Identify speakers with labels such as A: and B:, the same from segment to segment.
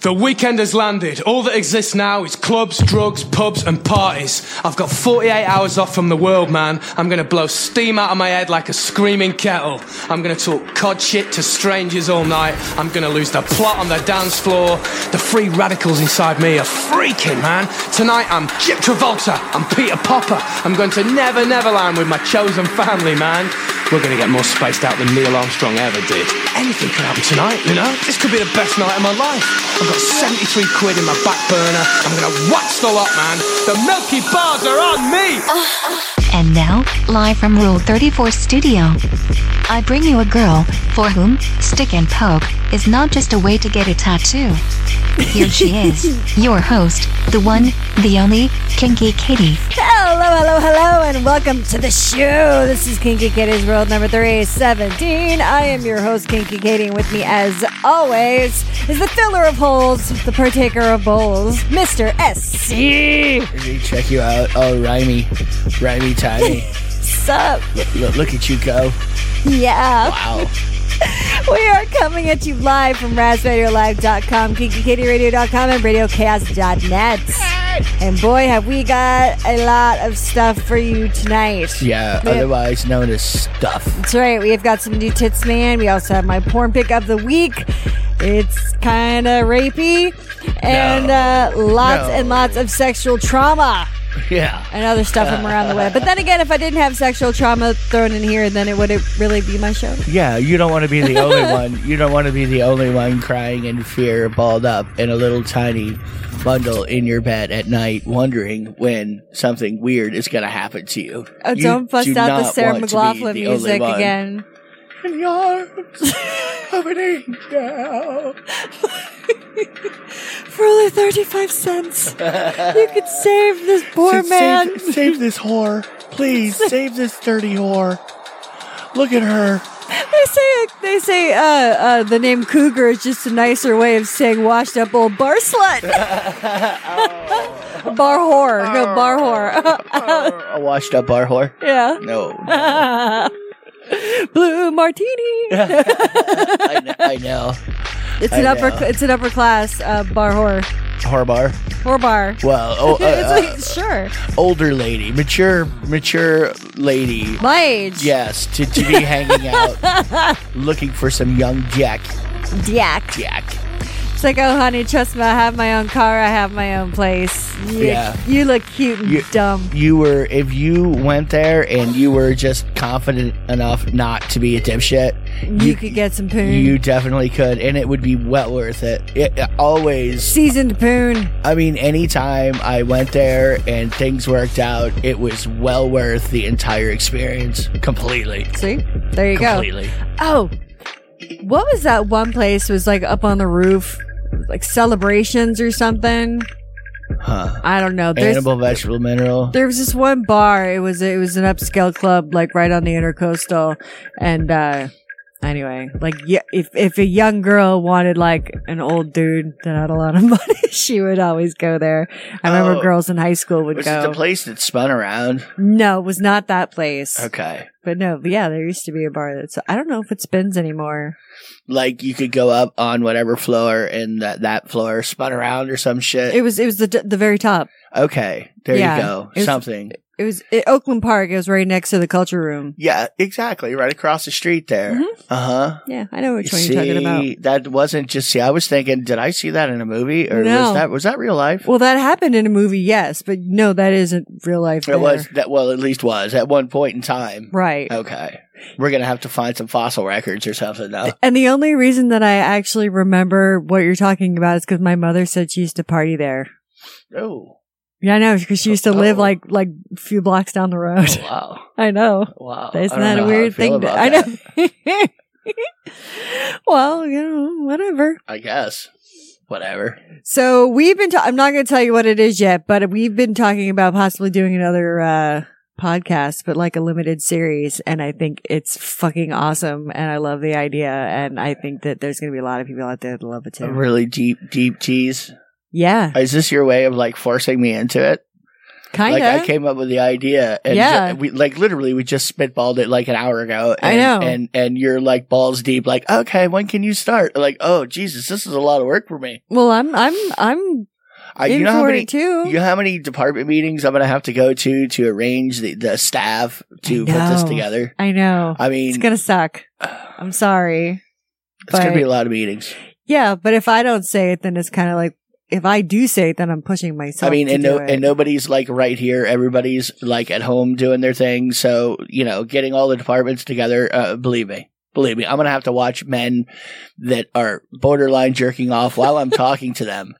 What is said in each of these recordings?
A: The weekend has landed. All that exists now is clubs, drugs, pubs, and parties. I've got 48 hours off from the world, man. I'm gonna blow steam out of my head like a screaming kettle. I'm gonna talk cod shit to strangers all night. I'm gonna lose the plot on the dance floor. The free radicals inside me are freaking, man. Tonight I'm Chip Travolta. I'm Peter Popper. I'm going to Never Never Land with my chosen family, man. We're gonna get more spaced out than Neil Armstrong ever did. Anything could happen tonight, you know? This could be the best night of my life. I've got 73 quid in my back burner. I'm gonna watch the lot, man. The milky bars are on me.
B: And now, live from Rule 34 Studio, I bring you a girl for whom stick and poke is not just a way to get a tattoo. Here she is, your host, the one, the only, Kinky Katie.
C: Hello, hello, hello, and welcome to the show. This is Kinky Katie's World number 317. I am your host, Kinky Katie, and with me, as always, is the filler of holes, the partaker of bowls, Mr. SC.
D: Let me check you out. Oh, rhymey, rhymey, timey.
C: Sup?
D: look, look, look at you go!
C: Yeah.
D: Wow.
C: We are coming at you live from RazRadioLive.com, KinkyKittyRadio.com, and RadioCast.net. And boy, have we got a lot of stuff for you tonight.
D: Yeah,
C: Yeah.
D: otherwise known as stuff.
C: That's right. We have got some new tits, man. We also have my porn pick of the week. It's kind of rapey, and uh, lots
D: No.
C: and lots of sexual trauma
D: Yeah.
C: and other stuff from around the web. But then again, if I didn't have sexual trauma thrown in here, then it would it really be my show.
D: Yeah, you don't want to be the only one. You don't want to be the only one crying in fear, balled up in a little tiny bundle in your bed at night, wondering when something weird is going to happen to you.
C: Oh,
D: You
C: don't bust
D: do
C: out the
D: not
C: Sarah
D: want to be
C: McLaughlin
D: the only
C: music
D: one.
C: again.
D: In the arms of an angel.
C: For only thirty-five cents, you could save this poor
D: Sa-
C: man.
D: Save, save this whore. Please, save this dirty whore. Look at her.
C: They say they say uh, uh, the name cougar is just a nicer way of saying washed up old bar slut. bar whore. No, bar whore.
D: A washed up bar whore.
C: yeah.
D: No. no.
C: Blue martini.
D: I, kn- I know.
C: It's an
D: I
C: upper
D: know.
C: it's an upper class uh, bar whore.
D: Whore bar.
C: Whore bar.
D: Well, oh, uh,
C: It's like,
D: uh,
C: sure.
D: older lady, mature, mature lady.
C: My age.
D: Yes, to, to be hanging out, looking for some young jack,
C: Yak.
D: jack.
C: It's like, oh honey, trust me, I have my own car, I have my own place. You,
D: Yeah.
C: You look cute and
D: You-
C: dumb.
D: You were if you went there and you were just confident enough not to be a dipshit,
C: You, could get some poon.
D: You definitely could, and it would be well worth it. It it always.
C: Seasoned poon.
D: I mean, anytime I went there and things worked out, it was well worth the entire experience completely.
C: See? There you go.
D: Completely.
C: Oh, what was that one place? Was like up on the roof, like celebrations or something.
D: Huh.
C: I don't know. There's,
D: Animal, vegetable, mineral.
C: there was this one bar. It was it was an upscale club, like right on the intercoastal, and uh anyway, like yeah, if if a young girl wanted like an old dude that had a lot of money, she would always go there. I remember
D: Oh.
C: girls in high school would
D: Was
C: go.
D: it the place that spun around?
C: no, it was not that place.
D: Okay.
C: But no, but yeah, there used to be a bar that's. I don't know if it spins anymore.
D: Like you could go up on whatever floor and that, that floor spun around or some shit.
C: It was it was the the very top.
D: okay. There
C: Yeah,
D: you go.
C: it was-
D: Something.
C: It was at Oakland Park. It was right next to the culture room.
D: Yeah, exactly. Right across the street there. Uh huh.
C: Yeah, I know Mm-hmm. which one you're talking about.
D: That wasn't just see. I was thinking, did I see that in a movie, or
C: No.
D: was that was that real life?
C: Well, that happened in a movie, yes, but no, that isn't real life. there.
D: it was that. Well, at least was at one point in time.
C: right.
D: Okay, we're gonna have to find some fossil records or something. Though.
C: And the only reason that I actually remember what you're talking about is because my mother said she used to party there.
D: Oh,
C: Yeah, I know because she used to
D: Oh.
C: live like like a few blocks down the road.
D: oh, wow,
C: I know.
D: wow.
C: Isn't
D: Oh, I
C: that
D: don't know
C: a
D: how
C: weird thing?
D: feel
C: To,
D: about
C: I
D: that,
C: know. well, you know, whatever.
D: I guess. whatever.
C: So we've been. Ta- I'm not going to tell you what it is yet, but we've been talking about possibly doing another uh, podcast, but like a limited series. And I think it's fucking awesome, and I love the idea, and I think that there's going to be a lot of people out there that love it
D: A
C: too.
D: really deep, deep tease.
C: Yeah,
D: Is this your way of like forcing me into it?
C: kind of.
D: Like I came up with the idea, and
C: Yeah.
D: ju- we like literally we just spitballed it like an hour ago.
C: I
D: And,
C: know.
D: and and you're like balls deep, like okay, when can you start? Like oh Jesus, this is a lot of work for me.
C: well, I'm, I'm, I'm
D: I,
C: in
D: you know how
C: for
D: many
C: it too.
D: you know how many department meetings I'm gonna have to go to to arrange the, the staff to put this
C: know.
D: together.
C: I know.
D: I mean,
C: it's gonna suck. I'm sorry.
D: it's gonna
C: but-
D: be a lot of meetings.
C: Yeah, but if I don't say it, then it's kind of like if I do say it, then I'm pushing myself.
D: I mean,
C: to
D: and
C: do
D: no,
C: it.
D: and nobody's like right here. Everybody's like at home doing their thing. So you know, getting all the departments together. Uh, believe me, believe me, I'm gonna have to watch men that are borderline jerking off while I'm talking to them.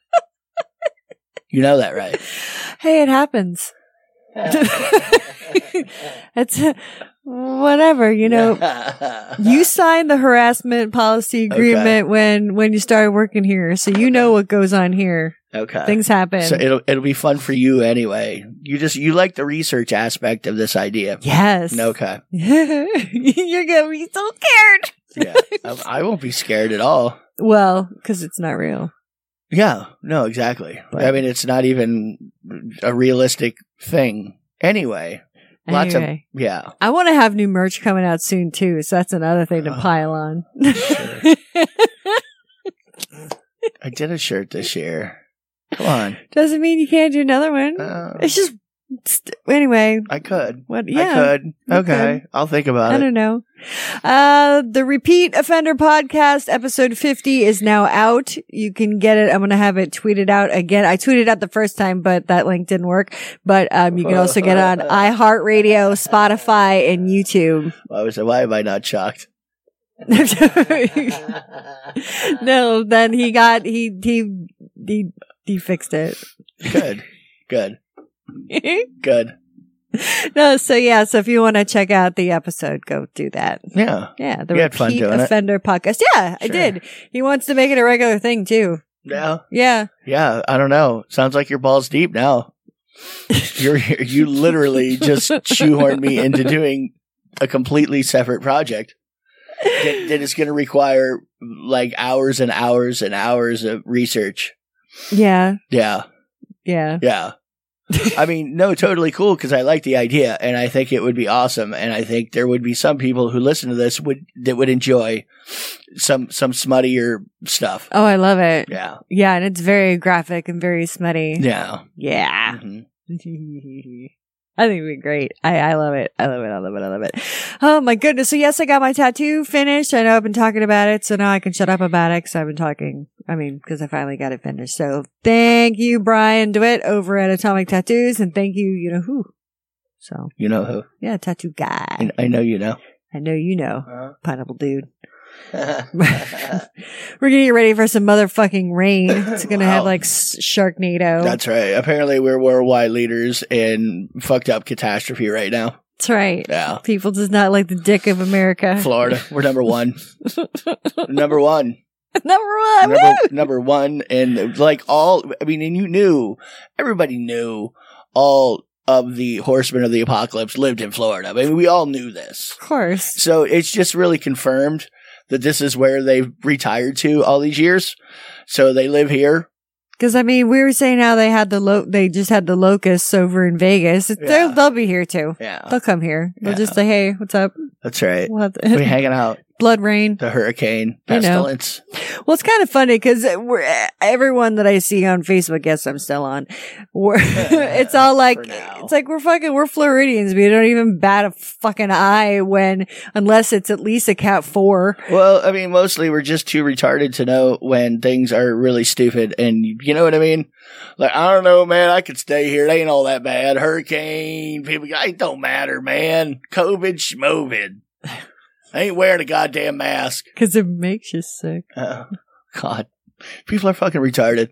D: You know that, right?
C: hey, it happens. That's whatever, you know. You signed the harassment policy
D: Okay.
C: agreement when when you started working here, so you know what goes on here.
D: okay.
C: Things happen.
D: Uh, so it'll it'll be fun for you anyway. You just you like the research aspect of this idea.
C: yes.
D: Okay.
C: You're gonna be so scared.
D: Yeah. I, I won't be scared at all.
C: Well, because it's not real.
D: Yeah, no, exactly. I mean, it's not even a realistic thing. Anyway, lots of
C: Anyway.
D: yeah.
C: I want to have new merch coming out soon too, so that's another thing to
D: Oh,
C: pile on.
D: I did a shirt this year. Come on,
C: Doesn't mean you can't do another one.
D: Uh.
C: it's just st- anyway.
D: I could.
C: What? Yeah,
D: I could.
C: you
D: Okay, I'll think
C: I
D: about it.
C: don't know. Uh, the Repeat Offender Podcast, episode 50, is now out. You can get it. I'm going to have it tweeted out again. I tweeted out the first time, but that link didn't work. But um, you can also get it on iHeartRadio, Spotify, and YouTube.
D: Why was why am I not shocked?
C: no, then he got, he, he, he, he fixed it.
D: Good, good, good.
C: no, so yeah, so if you want to check out the episode, go do that.
D: Yeah,
C: Yeah, the
D: You had
C: repeat
D: fun doing it.
C: offender podcast. Yeah, I
D: Sure.
C: did. He wants to make it a regular thing too.
D: yeah,
C: Yeah,
D: yeah. I don't know. Sounds like your balls deep now. You're you literally just shoehorned me into doing a completely separate project. that, that is going to require like hours and hours and hours of research.
C: yeah,
D: Yeah,
C: yeah.
D: yeah. I mean, no, totally cool because I like the idea and I think it would be awesome. And I think there would be some people who listen to this would that would enjoy some some smuttier stuff.
C: Oh, I love it. Yeah.
D: Yeah,
C: and it's very graphic and very smutty.
D: yeah.
C: Yeah.
D: Mhm.
C: I think it'd be great. I, I love it. I love it. I love it. I love it. Oh my goodness. So yes, I got my tattoo finished. I know I've been talking about it. So now I can shut up about it because I've been talking. I mean, because I finally got it finished. So thank you, Brian DeWitt over at Atomic Tattoos. And thank you, you know who. So
D: You know who?
C: yeah, tattoo guy.
D: I- I know you know.
C: I know you know,
D: Uh-huh.
C: pineapple dude.
D: That's
C: We're getting ready for some motherfucking rain. It's gonna have
D: Wow.
C: like s- Sharknado.
D: right. Apparently, we're worldwide leaders in fucked up catastrophe right now.
C: That's right.
D: Yeah.
C: People does not like the dick of America.
D: Florida, we're number one. number one.
C: Number one.
D: number,
C: woo!
D: number one and like all i mean and you knew everybody knew all of the horsemen of the apocalypse lived in florida i mean we all knew this
C: Of course.
D: so it's just really confirmed that this is where they've retired to all these years so they live here
C: Because I mean, we were saying how they had the lo- they just had the locusts over in Vegas. It's- They'll
D: Yeah.
C: they'll be here too.
D: yeah
C: They'll come here. They'll
D: Yeah.
C: just say, "Hey, what's up?"
D: that's right
C: We'll have
D: we
C: the-
D: hanging out
C: blood rain.
D: the hurricane
C: I know.
D: pestilence
C: Well, it's kind of funny because everyone that I see on Facebook, yes, I'm still on. We're, it's all like,
D: For now.
C: it's like we're fucking, we're Floridians. We don't even bat a fucking eye when, unless it's at least a cat four.
D: well i mean mostly we're just too retarded to know when things are really stupid and you know what i mean like i don't know man i could stay here it ain't all that bad hurricane people it don't matter man covid schmovid i ain't wearing a goddamn mask
C: Cause it makes you sick.
D: oh, god people are fucking retarded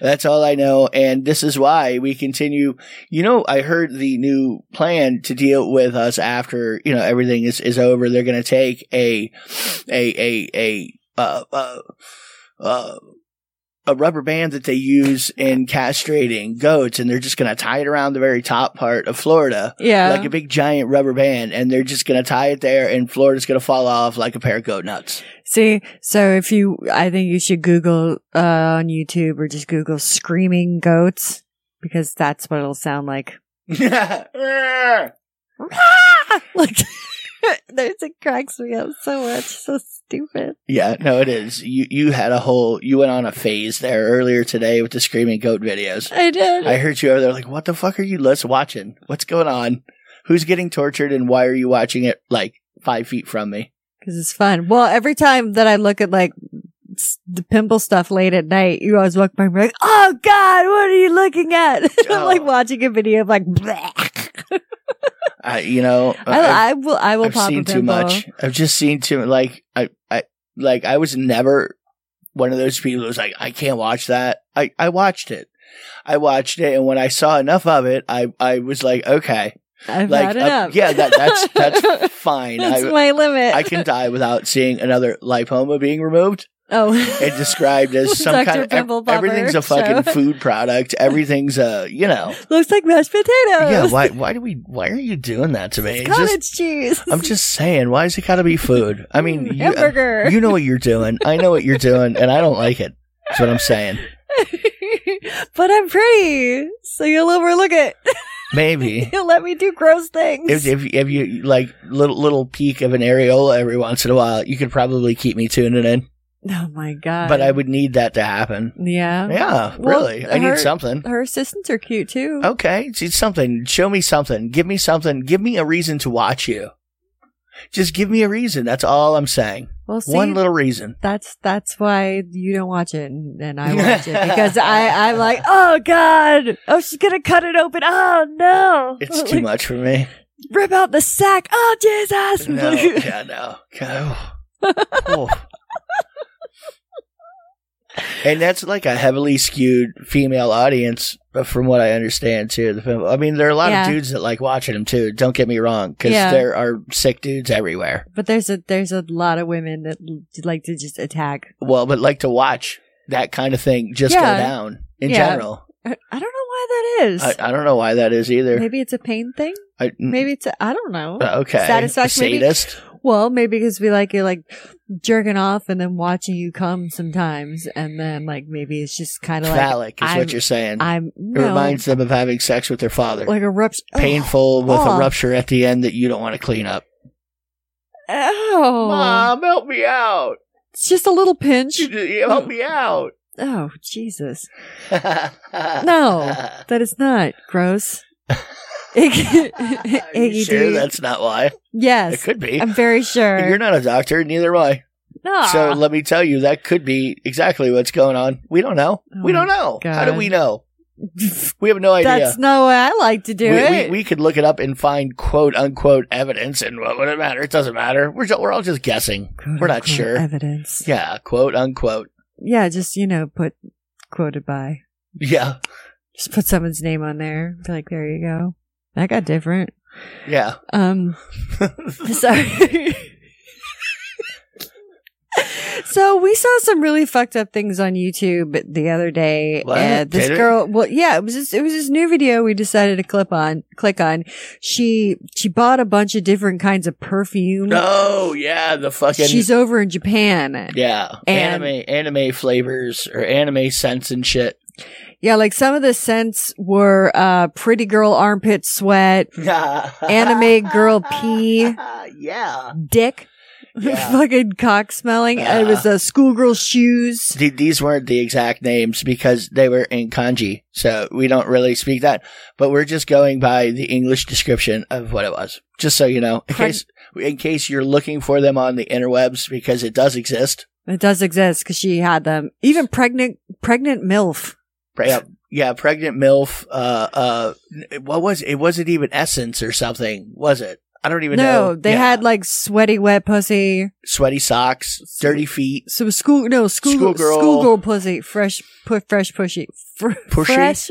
D: that's all i know and this is why we continue you know i heard the new plan to deal with us after you know everything is, is over they're going to take a a a a uh, uh, uh, a rubber band that they use in castrating goats, and they're just going to tie it around the very top part of Florida.
E: Yeah.
D: Like a big giant rubber band, and they're just going to tie it there, and Florida's going to fall off like a pair of goat nuts.
C: See, so if you, I think you should Google uh, on YouTube or just Google screaming goats because that's what it'll sound like.
D: That's
C: like, there's it cracks me up so much. So stupid.
D: Yeah, no, it is. You you had a whole you went on a phase there earlier today with the screaming goat videos.
C: I did.
D: I heard you over there like, what the fuck are you let's watching? What's going on? Who's getting tortured and why are you watching it like five feet from me?
C: Because it's fun. Well, every time that I look at like s- the pimple stuff late at night, you always walk by and be like, oh God, what are you looking at? I'm like
D: Oh.
C: watching a video of like, bleh.
D: I, you know,
C: I, I will, I will
D: Uh, I've
C: pop a
D: seen
C: pimple.
D: too much. I've just seen too much. Like I, I, like I was never one of those people who's like, I can't watch that. I, I watched it. I watched it, and when I saw enough of it, I, I was like, okay,
C: I've
D: like,
C: had
D: uh,
C: enough.
D: yeah, that, that's that's fine.
C: That's
D: I,
C: my limit.
D: I can die without seeing another lipoma being removed
C: Oh,
D: and described as some
C: Dr.
D: kind of ev-
C: Pimple Popper
D: everything's a fucking
C: show.
D: food product. Everything's a you know.
C: looks like mashed potatoes.
D: Yeah, why why do we why are you doing that to me?
C: It's
D: Just-
C: cottage cheese.
D: I'm just saying, why has it got to be food? I mean, you,
C: Mm,
D: uh,
C: hamburger.
D: you know what you're doing. I know what you're doing, and I don't like it. That's what I'm saying.
C: but I'm pretty, so you'll overlook it.
D: Maybe
C: You'll let me do gross things.
D: if, if if you like little little peek of an areola every once in a while, you could probably keep me tuning in.
C: oh my god!
D: But I would need that to happen.
C: Yeah.
D: Yeah,
C: Oh. Well,
D: really. I need
C: her-
D: something.
C: Her assistants are cute too.
D: Okay, see something. Show me something. Give me something. Give me a reason to watch you. Just give me a reason. That's all I'm saying.
C: well, see,
D: One little reason.
C: that's that's why you don't watch it and, and I watch it because I I'm like, oh god, oh she's gonna cut it open. Oh no,
D: It's too
C: Like,
D: much for me.
C: Rip out the sack. Oh Jesus.
D: No, yeah, no. Go. Oh. and that's like a heavily skewed female audience, but from what I understand too. The film, I mean, there are a lot
C: Yeah.
D: of dudes that like watching them too. Don't get me wrong, because
C: Yeah.
D: there are sick dudes everywhere.
C: But there's a there's a lot of women that l- like to just attack.
D: Well, but like to watch that kind of thing just
C: Yeah.
D: go down in
C: Yeah.
D: general.
C: I, I don't know why that is.
D: I, I don't know why that is either.
C: maybe it's a pain thing.
D: I, mm, Uh.
C: Maybe it's a, I don't know.
D: okay.
C: satisfaction, maybe?
D: Sadist.
C: Well, maybe because we like you're like jerking off and then watching you come sometimes, and then like maybe it's just kind of like
D: Phallic is
C: I'm-
D: what you're saying.
C: I'm
D: it
C: no,
D: reminds them of having sex with their father.
C: like a rupture.
D: Painful with
C: oh.
D: a rupture at the end that you don't want to clean up.
C: Oh,
D: help me out.
C: it's just a little pinch. help
D: me out.
C: Oh Jesus, No. that is not gross. Iggy- Iggy
D: you sure
C: Doo-
D: that's not why? It
C: yes,
D: could be.
C: I'm very sure.
D: You're not a doctor, neither am I.
C: no.
D: So let me tell you, that could be exactly what's going on. We don't know.
C: Oh
D: we don't know. How do
C: God.
D: we know? We have no idea.
C: That's not what I like to do
D: we,
C: it.
D: We, we could look it up and find quote unquote evidence, and what would it matter? It doesn't matter. We're, ju- we're all just guessing. we're not
C: Quote-unquote
D: sure.
C: Evidence. Yeah.
D: yeah, quote unquote.
C: just, you know, put quoted by.
D: Yeah,
C: Just put someone's name on there. Be like, there you go. That got different.
D: yeah.
C: Um, sorry. so we saw some really fucked up things on YouTube the other day.
D: What?
C: Uh, this
D: Did we?
C: girl, well, yeah, it was just, it was this new video we decided to clip on, click on. She, she bought a bunch of different kinds of perfume.
D: oh, yeah. The fucking
C: Mm. She's over in Japan.
D: yeah.
C: And-
D: anime anime flavors or anime scents and shit.
C: Yeah, like some of the scents were uh pretty girl armpit sweat, Anime girl pee.
D: Yeah.
C: dick,
D: Yeah.
C: fucking cock smelling. It
D: Yeah.
C: was uh, schoolgirl shoes.
D: Th- These weren't the exact names because they were in kanji, so we don't really speak that. But we're just going by the English description of what it was, just so you know, in
C: Preg-
D: case in case you're looking for them on the interwebs because it does exist.
C: It does exist because she had them. Even pregnant, pregnant milf.
D: Pre- Yeah, yeah, pregnant milf. Uh, uh, n- what was it? Wasn't even essence or something, was it? I don't even know.
C: No, they
D: Yeah.
C: had like sweaty wet pussy.
D: sweaty socks, dirty feet,
C: Some school, no school,
D: Schoolgirl.
C: schoolgirl pussy. Fresh, pu- fresh pushy, fr-
D: Pushy?
C: fresh.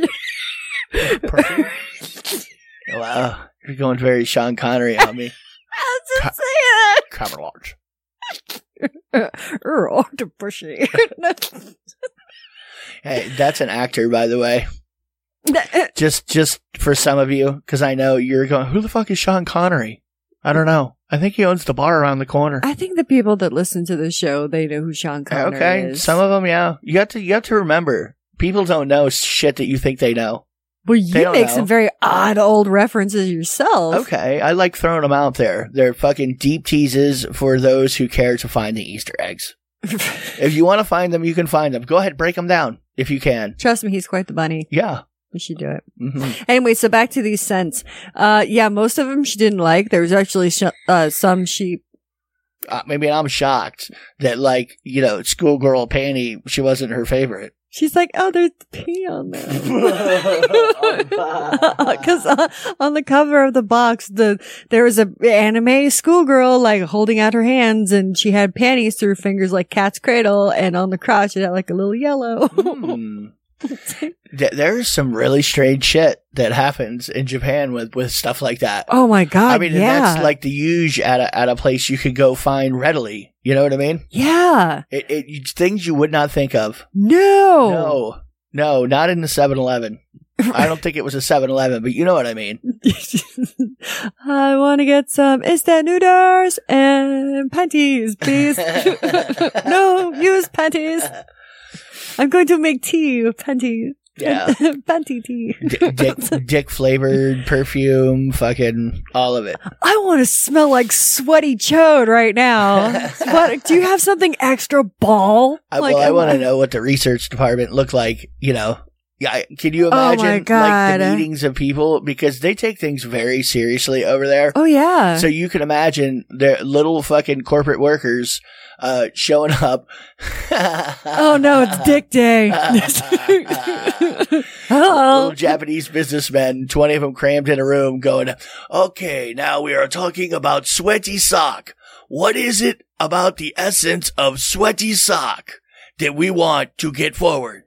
D: perfume. wow, you're going very Sean Connery on me.
C: I was just saying
D: Cover large.
C: that. Earl, to pushy.
D: Hey, that's an actor, by the way. Just, just for some of you, because I know you're going. Who the fuck is Sean Connery? I don't know. I think he owns the bar around the corner.
C: I think the people that listen to the show, they know who Sean Connery
D: okay,
C: is.
D: some of them, yeah. You have to, you have to remember, people don't know shit that you think they know.
C: well, you
D: don't
C: make
D: know.
C: some very odd old references yourself.
D: Okay, I like throwing them out there. They're fucking deep teases for those who care to find the Easter eggs. if you want to find them, you can find them. Go ahead, break them down if you can.
C: Trust me, he's quite the bunny.
D: Yeah.
C: We should do it.
D: hmm
C: Anyway, so back to these scents. Uh, yeah, most of them she didn't like. There was actually sh- uh, some she
D: Uh, I mean, I'm shocked that, like, you know, schoolgirl panty, she wasn't her favorite.
C: She's like, oh, there's pee on there. Because on, uh, on the cover of the box, the there was a anime schoolgirl like holding out her hands, and she had panties through her fingers like cat's cradle, and on the crotch it had like a little yellow.
D: Hmm. Th- There's some really strange shit that happens in Japan with, with stuff like that.
C: oh my god!
D: I mean, and
C: yeah,
D: that's like the huge at a, at a place you could go find readily. You know what I mean?
C: yeah,
D: It, it you- things you would not think of.
C: no,
D: No, no, not in the 7-Eleven. I don't think it was a 7-Eleven, but you know what I mean.
C: I want to get some instant noodles and panties, please. no, use panties. I'm going to make tea with panties.
D: Yeah,
C: Panty tea.
D: D- dick, dick flavored perfume, fucking all of it.
C: I want to smell like sweaty chode right now. What, do you have something extra ball?
D: I,
C: like,
D: well, I want to know what the research department looked like. You know, yeah. I- Can you
C: Oh my
D: imagine like
C: God.
D: the meetings of people because they take things very seriously over there.
C: Oh yeah.
D: So you can imagine their little fucking corporate workers uh, showing up.
C: oh no, it's Dick Day.
D: Little
C: oh,
D: Japanese businessmen, 20 of them crammed in a room going, okay, now we are talking about sweaty sock. What is it about the essence of sweaty sock that we want to get forward?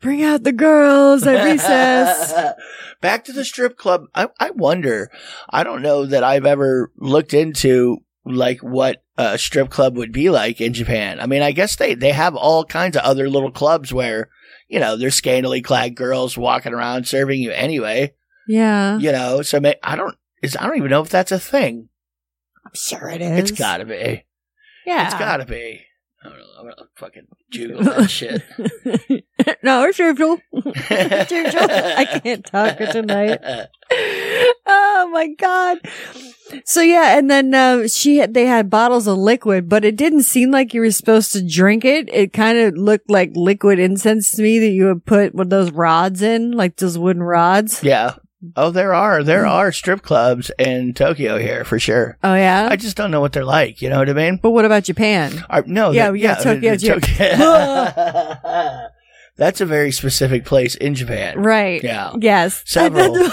C: bring out the girls at recess.
D: Back to the strip club. I, I wonder, I don't know that I've ever looked into like what a strip club would be like in Japan. I mean, I guess they, they have all kinds of other little clubs where, you know, there's scantily clad girls walking around serving you anyway.
C: Yeah,
D: you know so may, i don't is i don't even know if that's a thing
C: I'm sure it
D: it's
C: is.
D: gotta be
C: Yeah,
D: it's gotta be i'm gonna, I'm gonna fucking juggle that shit
C: no, it's usual. It's usual. I can't talk tonight. oh my god so yeah and then uh, she had- they had bottles of liquid but it didn't seem like you were supposed to drink it it kind of looked like liquid incense to me that you would put with those rods in like those wooden rods
D: yeah oh there are
C: Mm.
D: there are strip clubs in tokyo here for sure
C: oh yeah
D: i just don't know what they're like you know what i mean
C: but what about japan
D: I, no
C: Yeah,
D: that-
C: yeah, Tokyo,
D: the- the Tokyo- that's a very specific place in japan
C: right
D: yeah
C: yes
D: Several.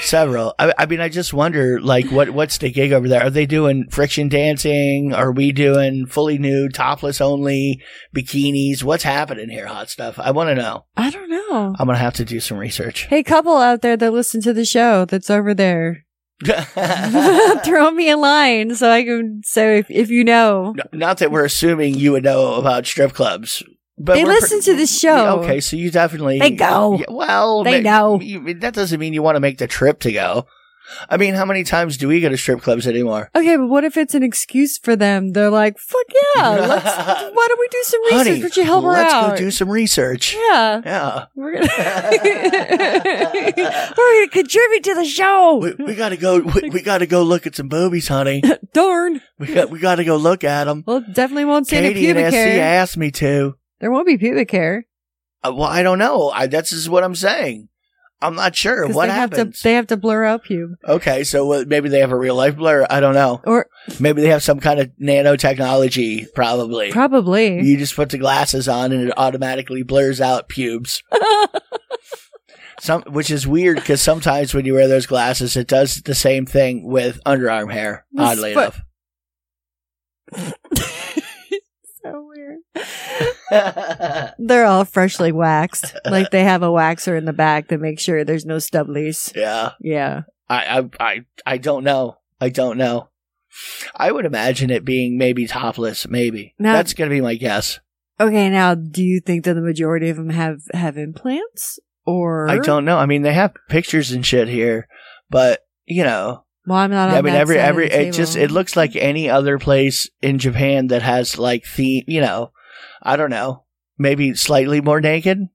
D: Several. I, I mean, I just wonder, like, what what's the gig over there? Are they doing friction dancing? Are we doing fully nude, topless only, bikinis? What's happening here, hot stuff? I want to know.
C: i don't know
D: I'm gonna have to do some research.
C: hey couple out there that listen to the show that's over there throw me a line so i can so if, if you know
D: Not that we're assuming you would know about strip clubs, but
C: they
D: we're pre-
C: listen to the show
D: Okay, so you definitely
C: They go.
D: Yeah, well,
C: They know.
D: you- that doesn't mean you want to make the trip to go. I mean, how many times do we go to strip clubs anymore?
C: Okay, but what if it's an excuse for them? They're like, "Fuck yeah, let's, why don't we do some research?
D: Honey,
C: Would you help her
D: let's
C: out?"
D: go do some research.
C: yeah,
D: Yeah.
C: we're gonna we're gonna contribute to the show.
D: We, we gotta go. We, we gotta go look at some boobies, honey.
C: Darn,
D: We got. We gotta go look at them.
C: well, definitely won't see any
D: Katie and
C: pubic
D: SC
C: hair.
D: asked me to.
C: There won't be pubic hair.
D: Uh, well, I don't know. I, that's just what I'm saying. I'm not sure
C: 'cause
D: what
C: they Have
D: happens.
C: to, they have to blur out pube.
D: okay, so uh, maybe they have a real life blur. I don't know.
C: Or
D: Maybe they have some kind of nanotechnology. Probably.
C: probably.
D: You just put the glasses on and it automatically blurs out pubes. Some, which is weird because sometimes when you wear those glasses, it does the same thing with underarm hair.
C: This-
D: Oddly
C: but-
D: enough.
C: so weird. They're all freshly waxed. like they have a waxer in the back to make sure there's no stubblies.
D: yeah,
C: Yeah.
D: I, I, I, I don't know. I don't know. I would imagine it being maybe topless. Maybe
C: Now-
D: that's going to be my guess.
C: Okay, now do you think that the majority of them have have implants or
D: I don't know. I mean, they have pictures and shit here, but you know,
C: Well, I'm not. On
D: I mean,
C: that
D: every
C: side of
D: every
C: the
D: it just
C: table.
D: it looks like any other place in Japan that has like theme. You know, I don't know. Maybe slightly more naked,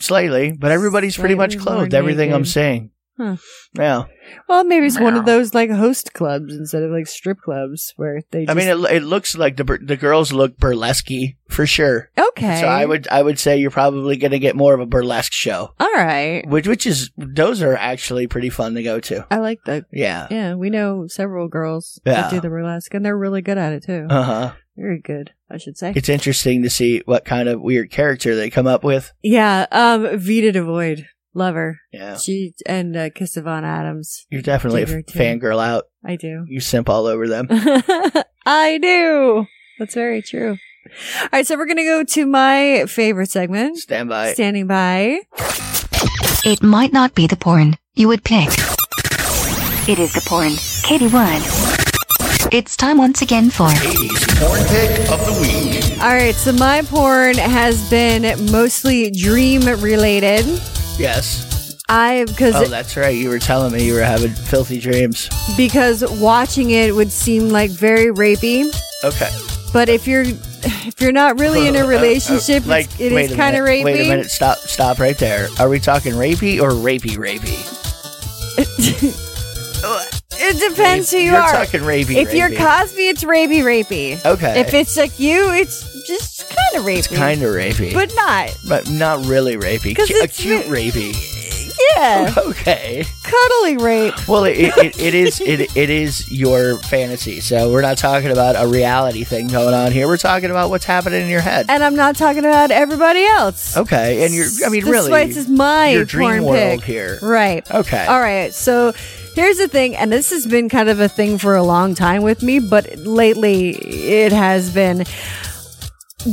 D: slightly, but everybody's pretty much
C: Slightly more
D: clothed. Everything I'm
C: naked.
D: seeing.
C: Huh.
D: Yeah,
C: Well, maybe it's one
D: Meow.
C: of those like host clubs instead of like strip clubs where they.
D: I
C: Just,
D: mean, it, it looks like the bur- the girls look burlesque for sure.
C: okay.
D: So I would I would say you're probably going to get more of a burlesque show,
C: All right.
D: which which is those are actually pretty fun to go to.
C: I like that.
D: Yeah.
C: Yeah, we know several girls
D: Yeah.
C: that do the burlesque, and they're really good at it too.
D: Uh huh.
C: Very good, I should say.
D: It's interesting to see what kind of weird character they come up with.
C: yeah. Um, Vita Devoid, love her.
D: Yeah.
C: She and uh, Kiss of Von Adams.
D: You're definitely a
C: Dig her, too.
D: fangirl out.
C: I do.
D: You simp all over them.
C: I do. That's very true. All right, so we're gonna go to my favorite segment.
D: Stand by.
C: Standing by.
B: It might not be the porn you would pick. It is the porn Katie won. It's time once again for
C: All right, so my porn has been mostly dream related.
D: Yes.
C: I because
D: Oh, that's right. You were telling me you were having filthy dreams.
C: because watching it would seem like very rapey,
D: Okay.
C: but if you're if you're not really in
D: Uh,
C: a
D: uh,
C: relationship,
D: uh, like,
C: it's, it
D: wait
C: is
D: a
C: kind of
D: minute.
C: rapey.
D: Wait a minute. Stop. Stop right there. Are we talking rapey or rapey rapey?
C: It depends who you
D: You're
C: are.
D: talking rapey.
C: if you're
D: rapey.
C: Cosby, it's rapey rapey.
D: okay,
C: If it's like you, it's just kind of rapey,
D: it's kind of rapey, but
C: but not.
D: not really rapey.
C: 'Cause
D: Cu- a
C: it's
D: cute
C: ra-
D: rapey.
C: Yeah,
D: Okay.
C: cuddly rape.
D: Well, it, it, it, it is it, it is your fantasy. So we're not talking about a reality thing going on here. We're talking about what's happening in your head.
C: And I'm not talking about everybody else.
D: Okay, and you're I mean
C: This
D: really
C: Spice is my
D: your dream
C: porn
D: world
C: pick.
D: here.
C: Right.
D: Okay.
C: All right. So here's the thing, and this has been kind of a thing for a long time with me, but lately it has been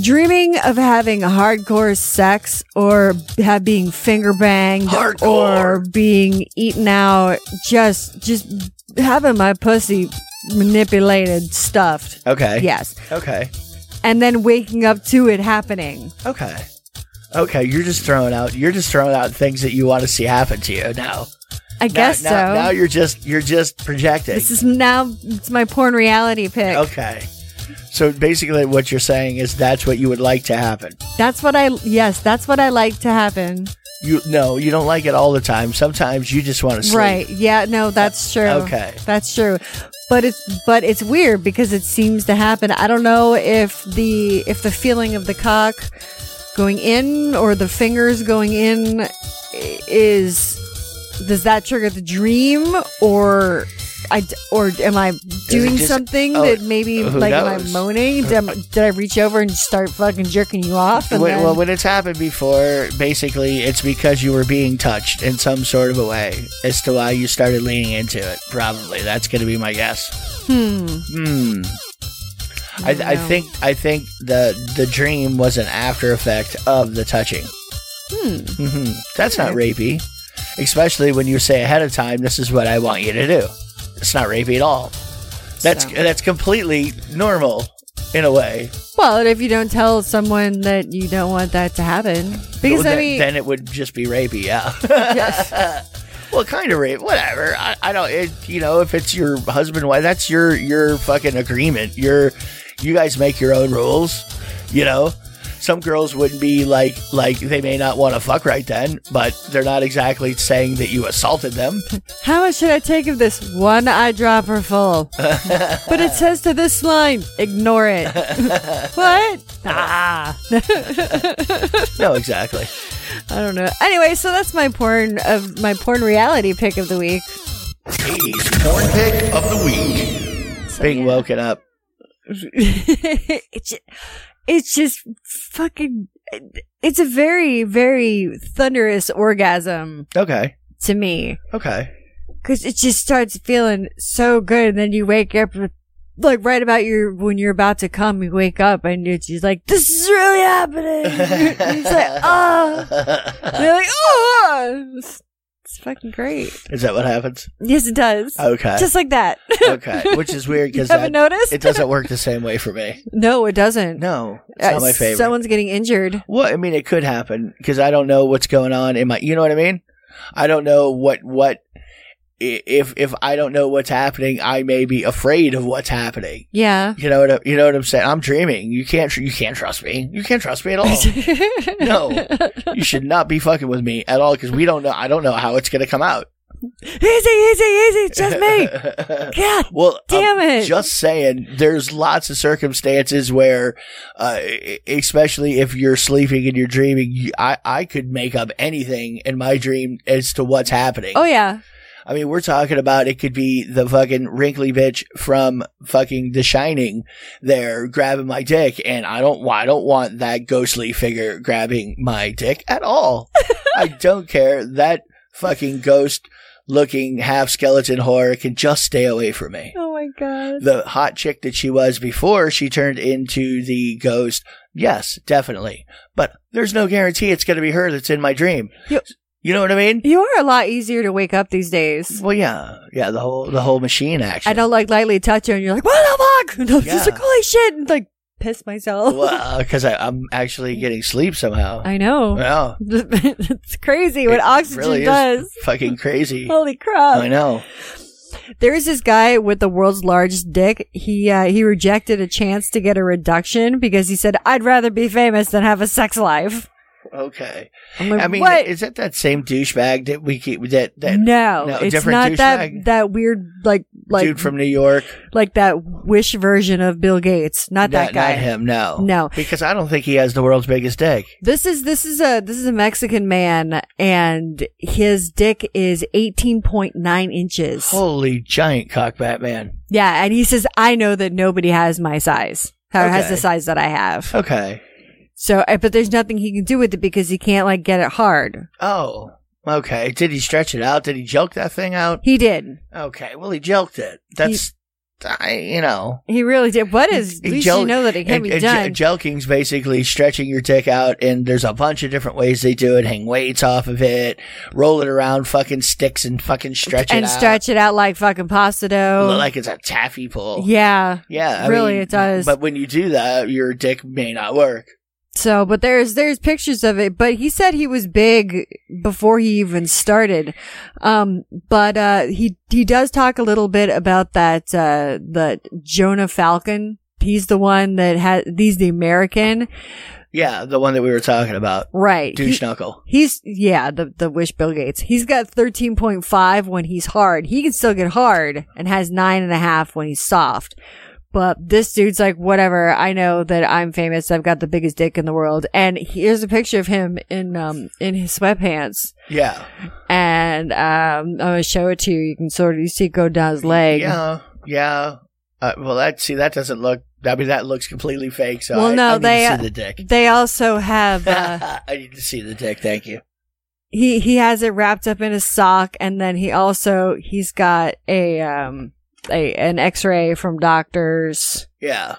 C: dreaming of having hardcore sex or have being finger banged or
D: Hardcore.
C: being eaten out, just just having my pussy manipulated, stuffed.
D: Okay.
C: Yes.
D: Okay.
C: And then waking up to it happening.
D: Okay. Okay, you're just throwing out you're just throwing out things that you want to see happen to you now.
C: I guess
D: now,
C: so.
D: Now, now you're just you're just projecting.
C: this is now it's my porn reality pick.
D: okay. So basically what you're saying is that's what you would like to happen.
C: That's what I yes, that's what I like to happen.
D: You no, you don't like it all the time. Sometimes you just want to sleep.
C: Right. Yeah, no, that's true.
D: Okay.
C: That's true. But it's but it's weird because it seems to happen. I don't know if the if the feeling of the cock going in or the fingers going in i- is does that trigger the dream or I d- or am I doing
D: just-
C: something
D: oh,
C: that maybe
D: who
C: like
D: knows?
C: am I moaning? Did, I- did I reach over and start fucking jerking you off? And
D: When,
C: then-
D: well, when it's happened before, basically it's because you were being touched in some sort of a way as to why you started leaning into it. Probably that's going to be my guess. Hmm. Hmm. I, I,
C: know.
D: think I think the the dream was an after effect of the touching. Hmm. hmm That's not rapey, especially when you say ahead of time, "This is what I want you to do." It's not rapey at all. That's
C: So-
D: that's completely normal in a way.
C: Well, and if you don't tell someone that you don't want that to happen, because
D: Well,
C: I
D: then,
C: mean,
D: then it would just be rapey, yeah. well, kind of rape, whatever. I, I don't, it, you know, if it's your husband, why that's your your fucking agreement. Your you guys make your own rules, you know. Some girls wouldn't be like like they may not want to fuck right then, but they're not exactly saying that you assaulted them.
C: how much should I take of this one eyedropper full? but it says to this line, ignore it. what? Ah,
D: no, exactly.
C: I don't know. Anyway, so that's my porn of my porn reality pick of the week.
D: Being woken up.
C: it's just, it's just fucking. It's a very very thunderous orgasm
D: Okay,
C: to me.
D: okay.
C: because it just starts feeling so good. And then you wake up, like right about your when you're about to come, you wake up and you're just like, "This is really "Ah." happening." "Ah." it's like, oh, you're like, oh, it's, it's It's fucking great.
D: Is that what happens?
C: Yes, it does.
D: Okay.
C: Just like that.
D: okay. Which is weird
C: You
D: because
C: haven't noticed?
D: it doesn't work the same way for me.
C: no, it doesn't.
D: No, it's not
C: Uh,
D: my favorite.
C: Someone's getting injured.
D: Well, I mean, it could happen because I don't know what's going on in my. You know what I mean? I don't know what what i- if if I don't know what's happening, I may be afraid of what's happening.
C: Yeah.
D: You know what I, you know what I'm saying? I'm dreaming. You can't tr- you can't trust me. You can't trust me at all. No. you should not be fucking with me at all because we don't know. I don't know how it's gonna come out.
C: easy, easy, easy. Just me. God
D: Well,
C: damn
D: I'm
C: it.
D: Just saying, there's lots of circumstances where, uh, e- especially if you're sleeping and you're dreaming, you, I I could make up anything in my dream as to what's happening.
C: oh, yeah.
D: I mean, we're talking about it could be the fucking wrinkly bitch from fucking The Shining there grabbing my dick, and I don't I don't want that ghostly figure grabbing my dick at all. I don't care that fucking ghost. Looking half skeleton horror can just stay away from me
C: Oh, my God.
D: the hot chick that she was before she turned into the ghost. Yes, definitely. But there's no guarantee it's going to be her that's in my dream.
C: You-
D: You know what I mean?
C: You are a lot easier to wake up these days.
D: Well, yeah, yeah. The whole the whole machine action.
C: I don't like lightly touch you, and you're like, what the fuck? And I'm just
D: Yeah.
C: like, holy shit. And like, piss myself.
D: because uh, I'm actually getting sleep somehow.
C: I know.
D: yeah,
C: it's crazy what
D: It
C: oxygen
D: really is
C: does. Oh,
D: fucking crazy.
C: Holy crap.
D: I know.
C: There's this guy with the world's largest dick. He uh, he rejected a chance to get a reduction because he said, "I'd rather be famous than have a sex life."
D: Okay.
C: I'm like,
D: I mean,
C: what?
D: is that that same douchebag that we keep that that
C: no,
D: no,
C: it's
D: different
C: not that
D: douchebag.
C: that weird like like
D: dude from New York?
C: like that wish version of Bill Gates. Not that
D: No,
C: guy.
D: Not him. No.
C: No.
D: Because I don't think he has the world's biggest dick.
C: This is this is a this is a Mexican man, and his dick is eighteen point nine inches.
D: Holy giant cock, Batman.
C: Yeah, and he says, "I know that nobody has my size." Or has
D: Okay. Oh.
C: the size that I have.
D: Okay.
C: So, uh, but there's nothing he can do with it because he can't like get it hard.
D: Oh, okay. Did he stretch it out? Did he jelk that thing out?
C: He did.
D: Okay. Well, he jelked it. That's, I, you know.
C: He really did. What is? At
D: He
C: least
D: jel-
C: you know that it can be
D: and-
C: done.
D: and je- Jelking's basically stretching your dick out, and there's a bunch of different ways they do it. Hang weights off of it, roll it around, fucking sticks, and fucking stretch it
C: and
D: out.
C: stretch it out like fucking pasta
D: Look
C: dough.
D: like it's a taffy pull.
C: yeah.
D: Yeah.
C: Really, it does.
D: But when you do that, your dick may not work.
C: So, but there's there's pictures of it. But he said he was big before he even started. Um, but uh, he he does talk a little bit about that uh, the Jonah Falcon. He's the one that had. He's the American,
D: Yeah. The one that we were talking about.
C: right? He-
D: Douche knuckle.
C: He's yeah, the the wish Bill Gates. He's got thirteen point five when he's hard. He can still get hard and has nine and a half when he's soft. But this dude's like, whatever. I know that I'm famous. I've got the biggest dick in the world. And here's a picture of him in um in his sweatpants.
D: Yeah.
C: And um, I'm gonna show it to you. You can sort of you see it go down his leg.
D: Yeah, yeah. Uh, well, that see, that doesn't look. I mean, that looks completely fake. So
C: Well,
D: I,
C: no,
D: I need
C: they,
D: to
C: uh,
D: see the dick.
C: They also have uh,
D: I need to see the dick. Thank you.
C: he he has it wrapped up in a sock and then he also he's got a um a an x-ray from doctors
D: Yeah,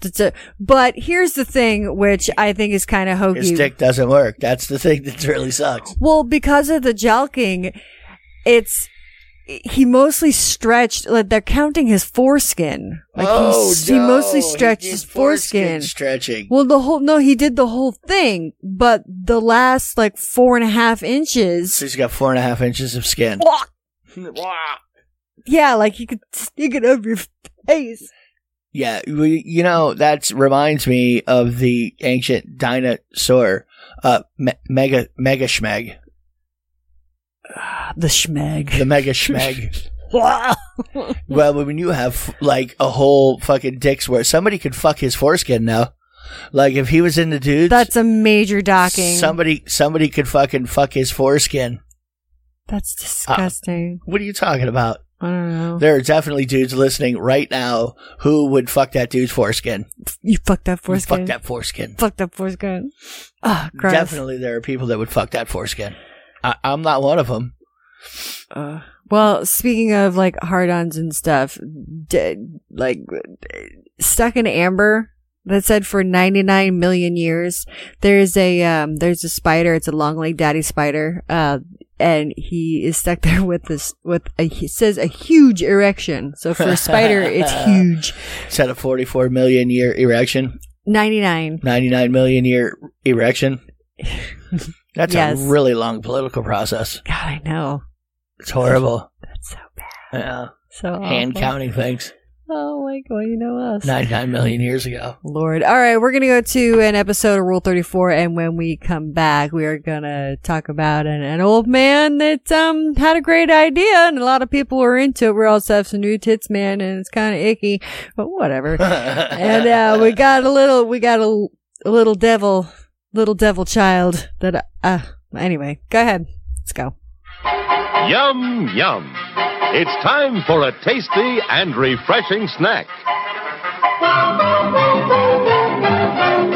C: That's a- but here's the thing which i think is kind of
D: his
C: hokey
D: dick doesn't work. That's the thing that really sucks.
C: well because of the jelking it's he mostly stretched like they're counting his foreskin like he, s- he
D: Oh, no,
C: mostly
D: he
C: stretched
D: did
C: his foreskin,
D: stretching.
C: well the whole no he did the whole thing but the last like four and a half inches
D: So he's got four and a half inches of skin.
C: Yeah, like you could stick it over your face.
D: Yeah, we, you know that reminds me of the ancient dinosaur, uh, me- mega mega schmeg,
C: Ah, The schmeg.
D: the mega schmeg. Well, when you have like a whole fucking dick's worth, somebody could fuck his foreskin now. Like if he was in the dudes,
C: That's a major docking.
D: somebody somebody could fucking fuck his foreskin.
C: That's disgusting.
D: What are you talking about?
C: I don't know.
D: There are definitely dudes listening right now who would fuck that dude's foreskin.
C: You fucked up foreskin.
D: Fuck that foreskin.
C: Fucked up foreskin. Oh, gross.
D: Definitely, there are people that would fuck that foreskin. I- I'm not one of them.
C: Uh, well, speaking of like hard-ons and stuff, d- like d- stuck in amber that said for 99 million years there's a um there's a spider it's a long-legged daddy spider uh and he is stuck there with this with a, he says a huge erection so for a spider it's huge
D: It's had a 44 million year erection,
C: 99
D: 99 million year erection. That's
C: Yes.
D: a really long political process.
C: god i know
D: It's horrible.
C: that's so bad
D: Yeah.
C: so awful.
D: Hand counting things.
C: oh my god you know us
D: 99 million years ago.
C: Lord. All right, we're going to go to an episode of Rule 34 and when we come back, we are going to talk about an, an old man that um had a great idea and a lot of people were into it. We also have some new tits man and it's kind of icky, but whatever. and uh we got a little we got a, a little devil, little devil child that uh anyway, go ahead. Let's go.
F: Yum, yum. It's time for a tasty and refreshing snack.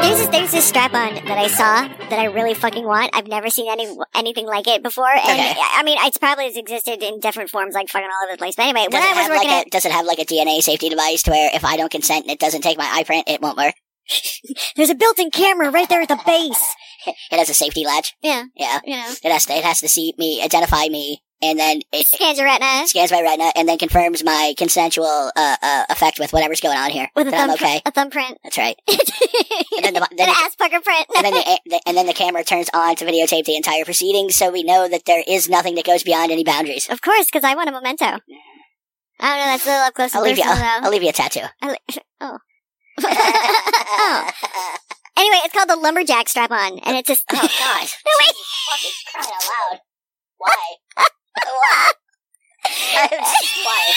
G: There's this, there's this strap on that I saw that I really fucking want. I've never seen any anything like it before. And I mean, it's probably has existed in different forms, like fucking all over the place. But anyway, when
H: Does it
G: I was
H: have
G: working
H: like
G: at
H: a, does it have like a DNA safety device to where if I don't consent and it doesn't take my eye print, it won't work?
G: there's a built in camera right there at the base.
H: It has a safety latch.
G: Yeah,
H: Yeah.
G: you know,
H: It has to, it has to see me, identify me, and then it, it
G: scans your retina
H: scans my retina and then confirms my consensual uh, uh, effect with whatever's going on here.
G: with a
H: that I'm
G: thumbprint.
H: okay.
G: A thumbprint.
H: That's right.
G: and
H: then the- then
G: an
H: it-
G: ass pucker print.
H: And then, the, the, and then the camera turns on to videotape the entire proceedings, so we know that there is nothing that goes beyond any boundaries.
G: of course, because I want a memento. I don't know. That's a little up close and
H: I'll leave you.
G: personal,
H: I'll,
G: though.
H: I'll leave you a tattoo.
G: I li- oh. oh. Anyway, it's called the lumberjack strap on, and it's just.
H: Oh, God.
G: no wait.
H: Fucking crying out loud. Why? Why? Why?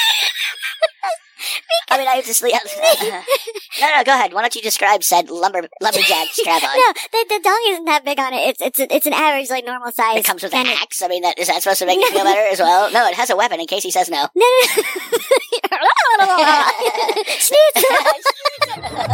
H: I mean, I have to sleep. no, no, go ahead. Why don't you describe said lumber lumberjack strap on?
G: No, the, the dong isn't that big on it. It's it's it's an average like normal size.
H: It comes with an
G: and it-
H: axe. I mean, that, is that supposed to make you feel better as well? No, it has a weapon in case he says no.
G: No, no, no. Schnitzel.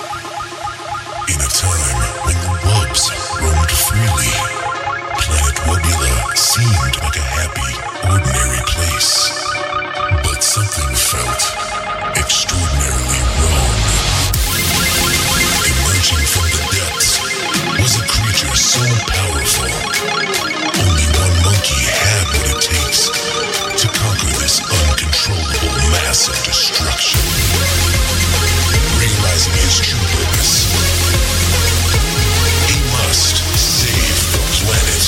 I: In a time when the wubs roamed freely, planet Wubula seemed like a happy, ordinary place. But something felt extraordinarily wrong. Emerging from the depths was a creature so powerful. Only one monkey had what it takes to conquer this uncontrollable mass of destruction. Realizing his true purpose, he must save the planet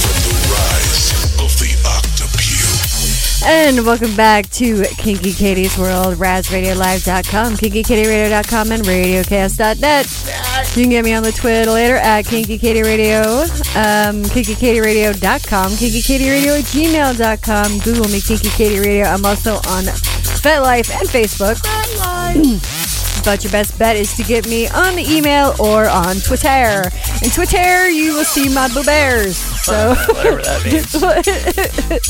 I: from the rise of the Octopule.
C: And welcome back to Kinky Katie's World, RazRadioLive.com, KinkyKatieRadio.com, and RadioCast.net. You can get me on the Twit later at Kinky Katie Radio, um, KinkyKatieRadio.com, KinkyKatieRadio at gmail.com, Google me Kinky Katie Radio. I'm also on FetLife and Facebook. But your best bet is to get me on email or on Twitter. In Twitter, you will see my boo bears. So,
D: Whatever that means.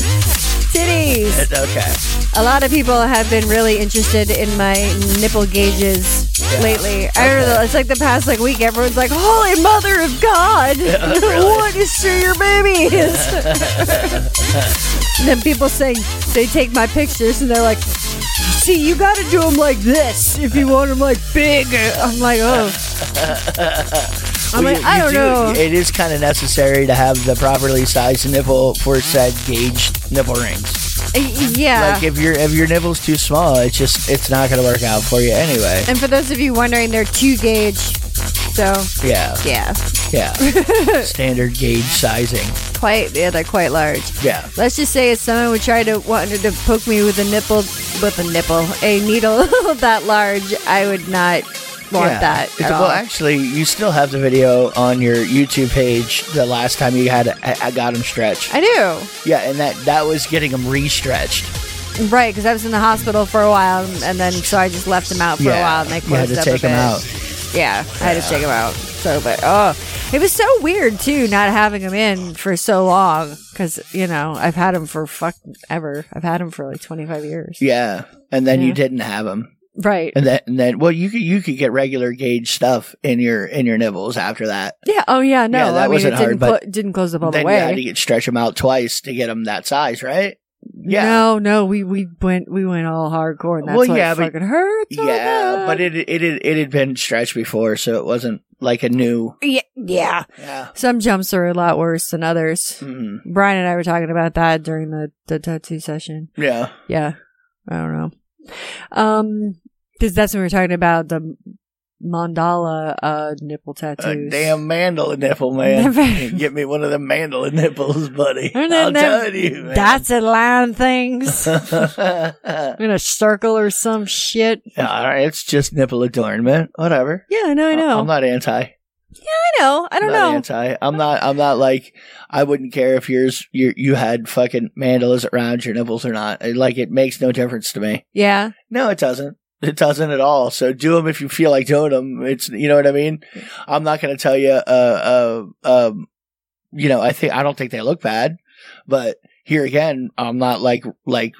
C: titties.
D: It's okay.
C: A lot of people have been really interested in my nipple gauges lately. I don't know. It's like the past like week, everyone's like, "Holy Mother of God, what is sure your baby is?" and then people say they take my pictures and they're like, "See, you got to do them like this if you want them like big." I'm like, "Oh." I'm
D: Well,
C: like,
D: you-
C: I don't
D: you do-
C: know.
D: It is kind of necessary to have the properly sized nipple for said gauge nipple rings.
C: yeah.
D: Like if your if your nipple's too small, it's just it's not going to work out for you anyway.
C: and for those of you wondering, they're two gauge. So
D: Yeah,
C: yeah,
D: yeah. Standard gauge sizing.
C: quite yeah, they're quite large.
D: Yeah.
C: Let's just say if someone would try to wanted to poke me with a nipple, with a nipple, a needle that large, I would not want
D: Yeah.
C: that.
D: It's-
C: at
D: well,
C: all.
D: actually, you still have the video on your YouTube page. The last time you had, I, I got him stretched.
C: I do.
D: yeah, and that that was getting him re-stretched.
C: Right, because I was in the hospital for a while, and and then so I just left him out for
D: yeah,
C: a while, and they
D: you had
C: closed
D: to
C: up
D: take
C: a
D: him
C: bit.
D: out.
C: Yeah, I had to take him out. So, but oh, it was so weird too, not having him in for so long because you know I've had him for fuck ever. I've had him for like twenty five years.
D: Yeah, and then you
C: Yeah.
D: didn't have him,
C: Right.
D: and then and then well, you could you could get regular gauge stuff in your in your nibbles after that.
C: Yeah. Oh yeah. No.
D: Yeah, that
C: I mean,
D: wasn't
C: it
D: hard,
C: didn't
D: but
C: clo- didn't close up all
D: then
C: the way.
D: you had to get stretch him out twice to get him that size, right? Yeah.
C: No, no, we we went we went all hardcore, and that's
D: Well,
C: why
D: yeah,
C: it
D: but-
C: fucking hurts. oh so
D: Yeah,
C: bad.
D: but it it had, it had been stretched before, so it wasn't like a new.
C: yeah, yeah.
D: Yeah.
C: Some jumps are a lot worse than others.
D: hmm
C: Brian and I were talking about that during the the tattoo session.
D: Yeah.
C: Yeah, I don't know. Um, because that's when we were talking about the mandala uh nipple
D: A
C: tattoos.
D: damn mandolin nipple, man.
C: Never-
D: Get me one of the mandolin nipples, buddy.
C: And
D: I'll
C: then them-
D: tell you, man.
C: That's a line of things
D: All
C: in a circle or some shit.
D: right, it's just nipple adornment. Whatever.
C: Yeah, I know, I know,
D: I'm not anti.
C: I know, I don't
D: not
C: know.
D: Anti. I'm not. I'm not like. I wouldn't care if yours you you had fucking mandalas around your nipples or not. It- Like it makes no difference to me.
C: yeah,
D: No, it doesn't. It doesn't at all. So do them if you feel like doing them. It's you know what I mean. I'm not going to tell you. Uh, uh, um, you know, I think I don't think they look bad, but here again, I'm not like like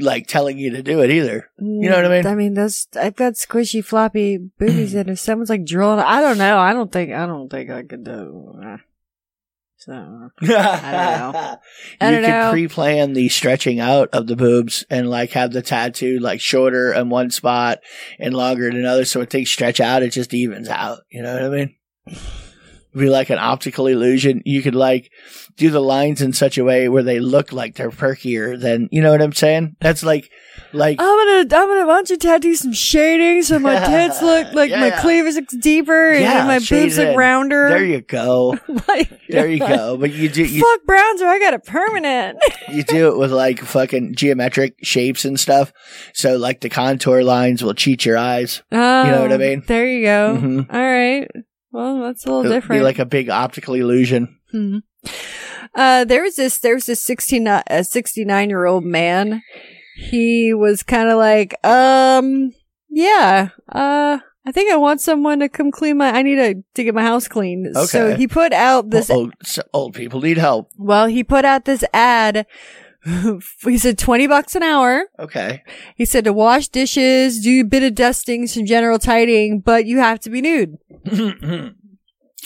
D: like telling you to do it either. You know what I mean?
C: Mm, I mean, those I've got squishy, floppy boobies that if someone's like drilling, I don't know. I don't think I don't think I could do. uh, So don't know. I
D: you
C: don't
D: could
C: know.
D: pre-plan the stretching out of the boobs and like have the tattoo like shorter in one spot and longer in another, so when things stretch out, it just evens out. You know what I mean? Be like an optical illusion. You could like do the lines in such a way where they look like they're perkier than you know what I'm saying. That's like, like
C: I'm gonna I'm gonna want you to tattoo some shading so my tits look like my
D: Yeah.
C: cleavage looks deeper and
D: Yeah,
C: then my
D: shade
C: boobs
D: it
C: look
D: in.
C: rounder.
D: there you go,
C: Like,
D: there you go. But you do you
C: Fuck Browns or I got a permanent.
D: you do it with like fucking geometric shapes and stuff. So like the contour lines will cheat your eyes.
C: Oh,
D: what I mean?
C: There you go.
D: Mhm.
C: All right. Well, that's a little
D: It'll
C: different.
D: Be like a big optical illusion.
C: Hmm. Uh, there was this, there was this 16, a 69 year old man. He was kind of like, um, yeah, uh, I think I want someone to come clean my, I need a, to get my house clean. So
D: Okay.
C: he put out this,
D: Well, old, Oh, so old people need help.
C: well, he put out this ad. he said 20 bucks an hour.
D: Okay.
C: He said to wash dishes, do a bit of dusting, some general tidying, but you have to be nude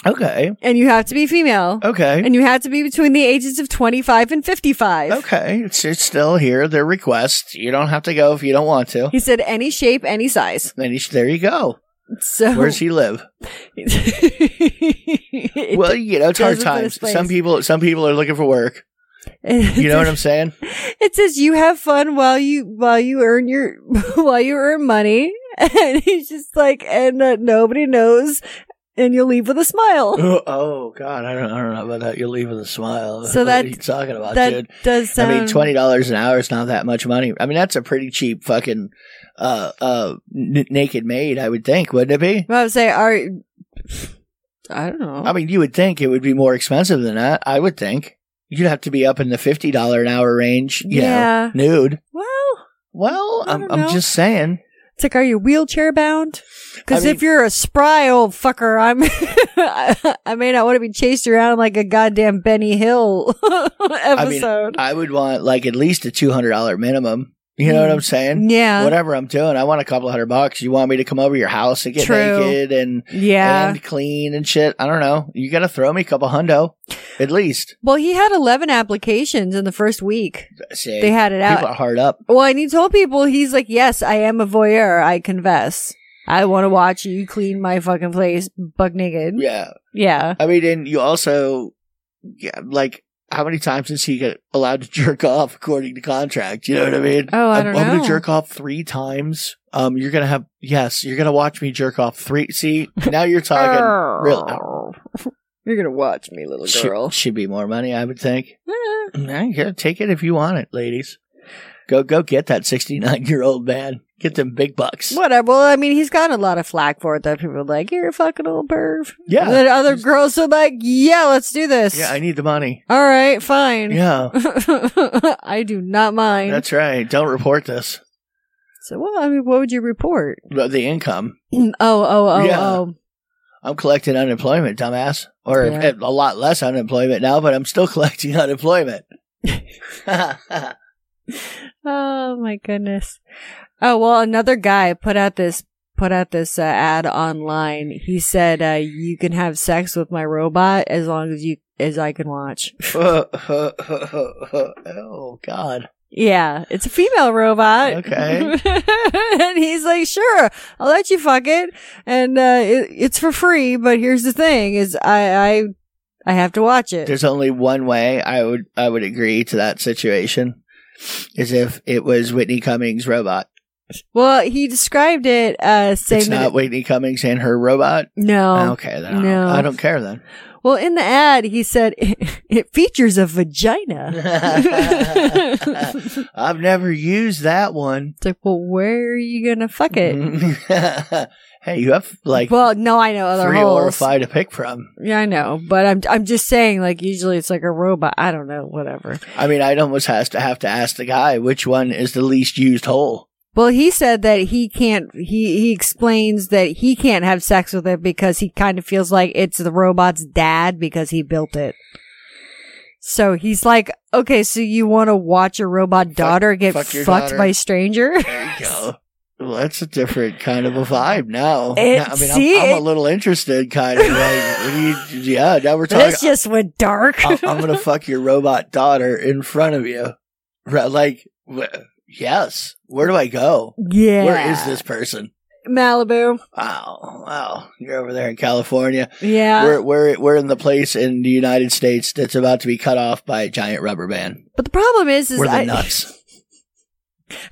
D: okay.
C: and you have to be female.
D: Okay.
C: And you have to be between the ages of 25 and 55.
D: Okay. It's, it's still here. Their request. You don't have to go if you don't want to.
C: He said any shape, any size.
D: Then you, there you go.
C: So
D: Where does he live?
C: It-
D: well, you know, it's hard
C: doesn't put his
D: times.
C: place.
D: Some people, some people are looking for work. You know what I'm saying?
C: It says you have fun while you while you earn your while you earn money, and he's just like, and uh, nobody knows, and you'll leave with a smile.
D: oh, oh, God, I don't, I don't know about that. You leave with a smile.
C: So
D: what
C: that-
D: are you talking about,
C: that
D: dude?
C: does sound.
D: I mean, twenty dollars an hour is not that much money. I mean, that's a pretty cheap fucking uh uh n- naked maid, I would think, wouldn't it be?
C: I would say, are I don't know.
D: I mean, you would think it would be more expensive than that. I would think you'd have to be up in the fifty dollar an hour range. You
C: Yeah.
D: know, nude.
C: well,
D: Well,
C: I
D: I'm,
C: don't
D: I'm
C: know.
D: just saying.
C: it's like, are you wheelchair bound? Because
D: I
C: if you're a spry old fucker, I'm. I, I may not want to be chased around like a goddamn Benny Hill episode.
D: I would want like at least a two hundred dollar minimum. You know what I'm saying?
C: Mm, yeah.
D: Whatever I'm doing, I want a couple hundred bucks. You want me to come over to your house and get
C: True.
D: naked and
C: Yeah.
D: and clean and shit? I don't know. You got to throw me a couple hundo, at least.
C: well, he had 11 applications in the first week.
D: See,
C: They had it out.
D: People are hard up.
C: Well, and he told people, he's like, yes, I am a voyeur. I confess. I want to watch you clean my fucking place buck naked.
D: Yeah.
C: Yeah.
D: I mean, and you also, yeah, like, how many times is he get allowed to jerk off according to contract? You know what I mean?
C: Oh, I
D: I'm-
C: don't
D: I'm,
C: know.
D: gonna jerk off three times. Um, you're gonna have yes, you're gonna watch me jerk off three. See, now you're talking. real
C: You're going to watch me, little
D: should,
C: Oh, girl.
D: should be more money, I would think. Mm,
C: Eh.
D: Yeah, here, take it if you want it, ladies. Go go get that sixty nine year old man. Get them big bucks.
C: Whatever. Well, I mean, he's gotten a lot of flack for it. That people are like, "You're a fucking old perv."
D: Yeah.
C: And then other girls are like, "Yeah, let's do this."
D: Yeah, I need the money.
C: All right, fine.
D: Yeah,
C: I do not mind.
D: that's right. Don't report this.
C: so, well, I mean, what would you report?
D: The the income.
C: oh, oh, oh,
D: Yeah.
C: oh.
D: I'm collecting unemployment, dumbass, or
C: Yeah.
D: a lot less unemployment now, but I'm still collecting unemployment.
C: Oh my goodness. Oh well, another guy put out this put out this uh, ad online. He said, uh, "You can have sex with my robot as long as you as I can watch."
D: oh God.
C: Yeah, it's a female robot.
D: Okay.
C: and he's like, "Sure, I'll let you fuck it, and uh, it, it's for free. But here's the thing: is I I I have to watch it."
D: There's only one way I would I would agree to that situation is if it was Whitney Cummings' robot.
C: well, he described it uh, saying
D: it's
C: that
D: not Whitney Cummings and her robot.
C: no,
D: okay, then I don't-
C: no.
D: I don't care then.
C: Well, in the ad, he said it, features a vagina. it's
D: I've never used that one.
C: like, well, where are you gonna fuck it?
D: hey, you have Mm-hmm. like
C: well, no, I know other
D: three or
C: holes.
D: five to pick from.
C: Yeah, I know, but I'm I'm just saying, like, usually it's like a robot. I don't know, whatever.
D: I mean, I'd almost has to have to ask the guy which one is the least used hole.
C: Well, he said that he can't. He he explains that he can't have sex with it because he kind of feels like it's the robot's dad because he built it. So he's like, okay, so you want to watch your robot daughter get
D: fuck your
C: fucked
D: daughter.
C: by a stranger?
D: There you go. Well, that's a different kind of a vibe now.
C: It-
D: Now- I mean,
C: see,
D: I'm, I'm
C: it-
D: a little interested, kind of. Like, what do you, yeah, now we're talking.
C: this just went dark.
D: I- I'm gonna fuck your robot daughter in front of you. Right, Like, wh- yes. Where do I go?
C: Yeah.
D: Where is this person?
C: Malibu.
D: Wow, wow. You're over there in California.
C: Yeah.
D: we're we're we're in the place in the United States that's about to be cut off by a giant rubber band.
C: but the problem is, is
D: We're the
C: I-
D: nuts.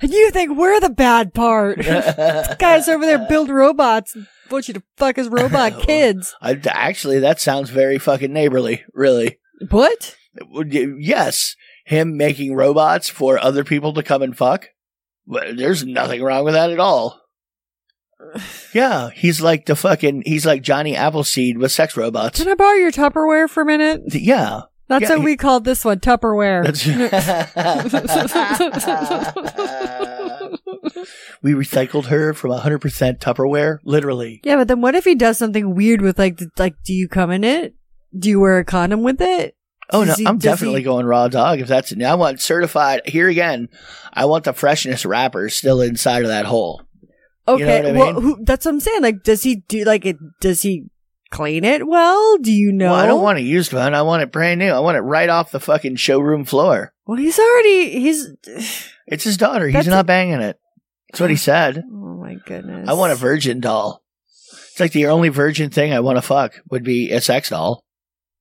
C: and you think we're the bad part. Guys over there build robots. and Want you to fuck his robot kids.
D: I, actually, that sounds very fucking neighborly. Really?
C: What?
D: Would you- Yes, him making robots for other people to come and fuck. Well, There's nothing wrong with that at all. Yeah, he's like the fucking he's like Johnny Appleseed with sex robots.
C: Can I borrow your Tupperware for a minute?
D: Yeah,
C: That's
D: Yeah,
C: what
D: he-
C: we called this one, Tupperware.
D: That's- we recycled her from 100% Tupperware, literally.
C: yeah, but then what if he does something weird with like, the, like, do you come in it? Do you wear a condom with it?
D: Oh no,
C: Does he-
D: I'm
C: does he-
D: definitely going raw dog if that's I want certified here again. I want the freshness wrapper still inside of that hole.
C: Okay,
D: You know what I
C: well,
D: mean?
C: who, that's what I'm saying. Like, does he do like it? Does he clean it well? Do you know?
D: Well, I don't want a used one. I want it brand new. I want it right off the fucking showroom floor.
C: Well, he's already he's.
D: It's his daughter.
C: That's
D: He's not
C: a-
D: banging it. That's what he said.
C: Oh my goodness!
D: I want a virgin doll. It's like the only virgin thing I want to fuck would be a sex doll.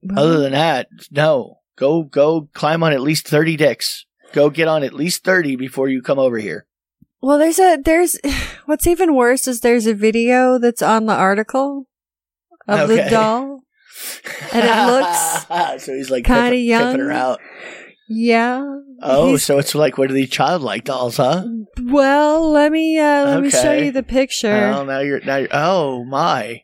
C: Mm-hmm.
D: Other than that, no. Go go climb on at least thirty dicks. Go get on at least thirty before you come over here.
C: well, there's a there's what's even worse is there's a video that's on the article of the
D: Okay.
C: doll. And it looks
D: so he's like
C: kinda
D: pimping-
C: young.
D: pimping her out.
C: Yeah.
D: Oh,
C: He's-
D: so it's like one of these childlike dolls, huh?
C: well, let me uh let me show
D: Okay.
C: you the picture.
D: Oh, now you're now. You're, oh my.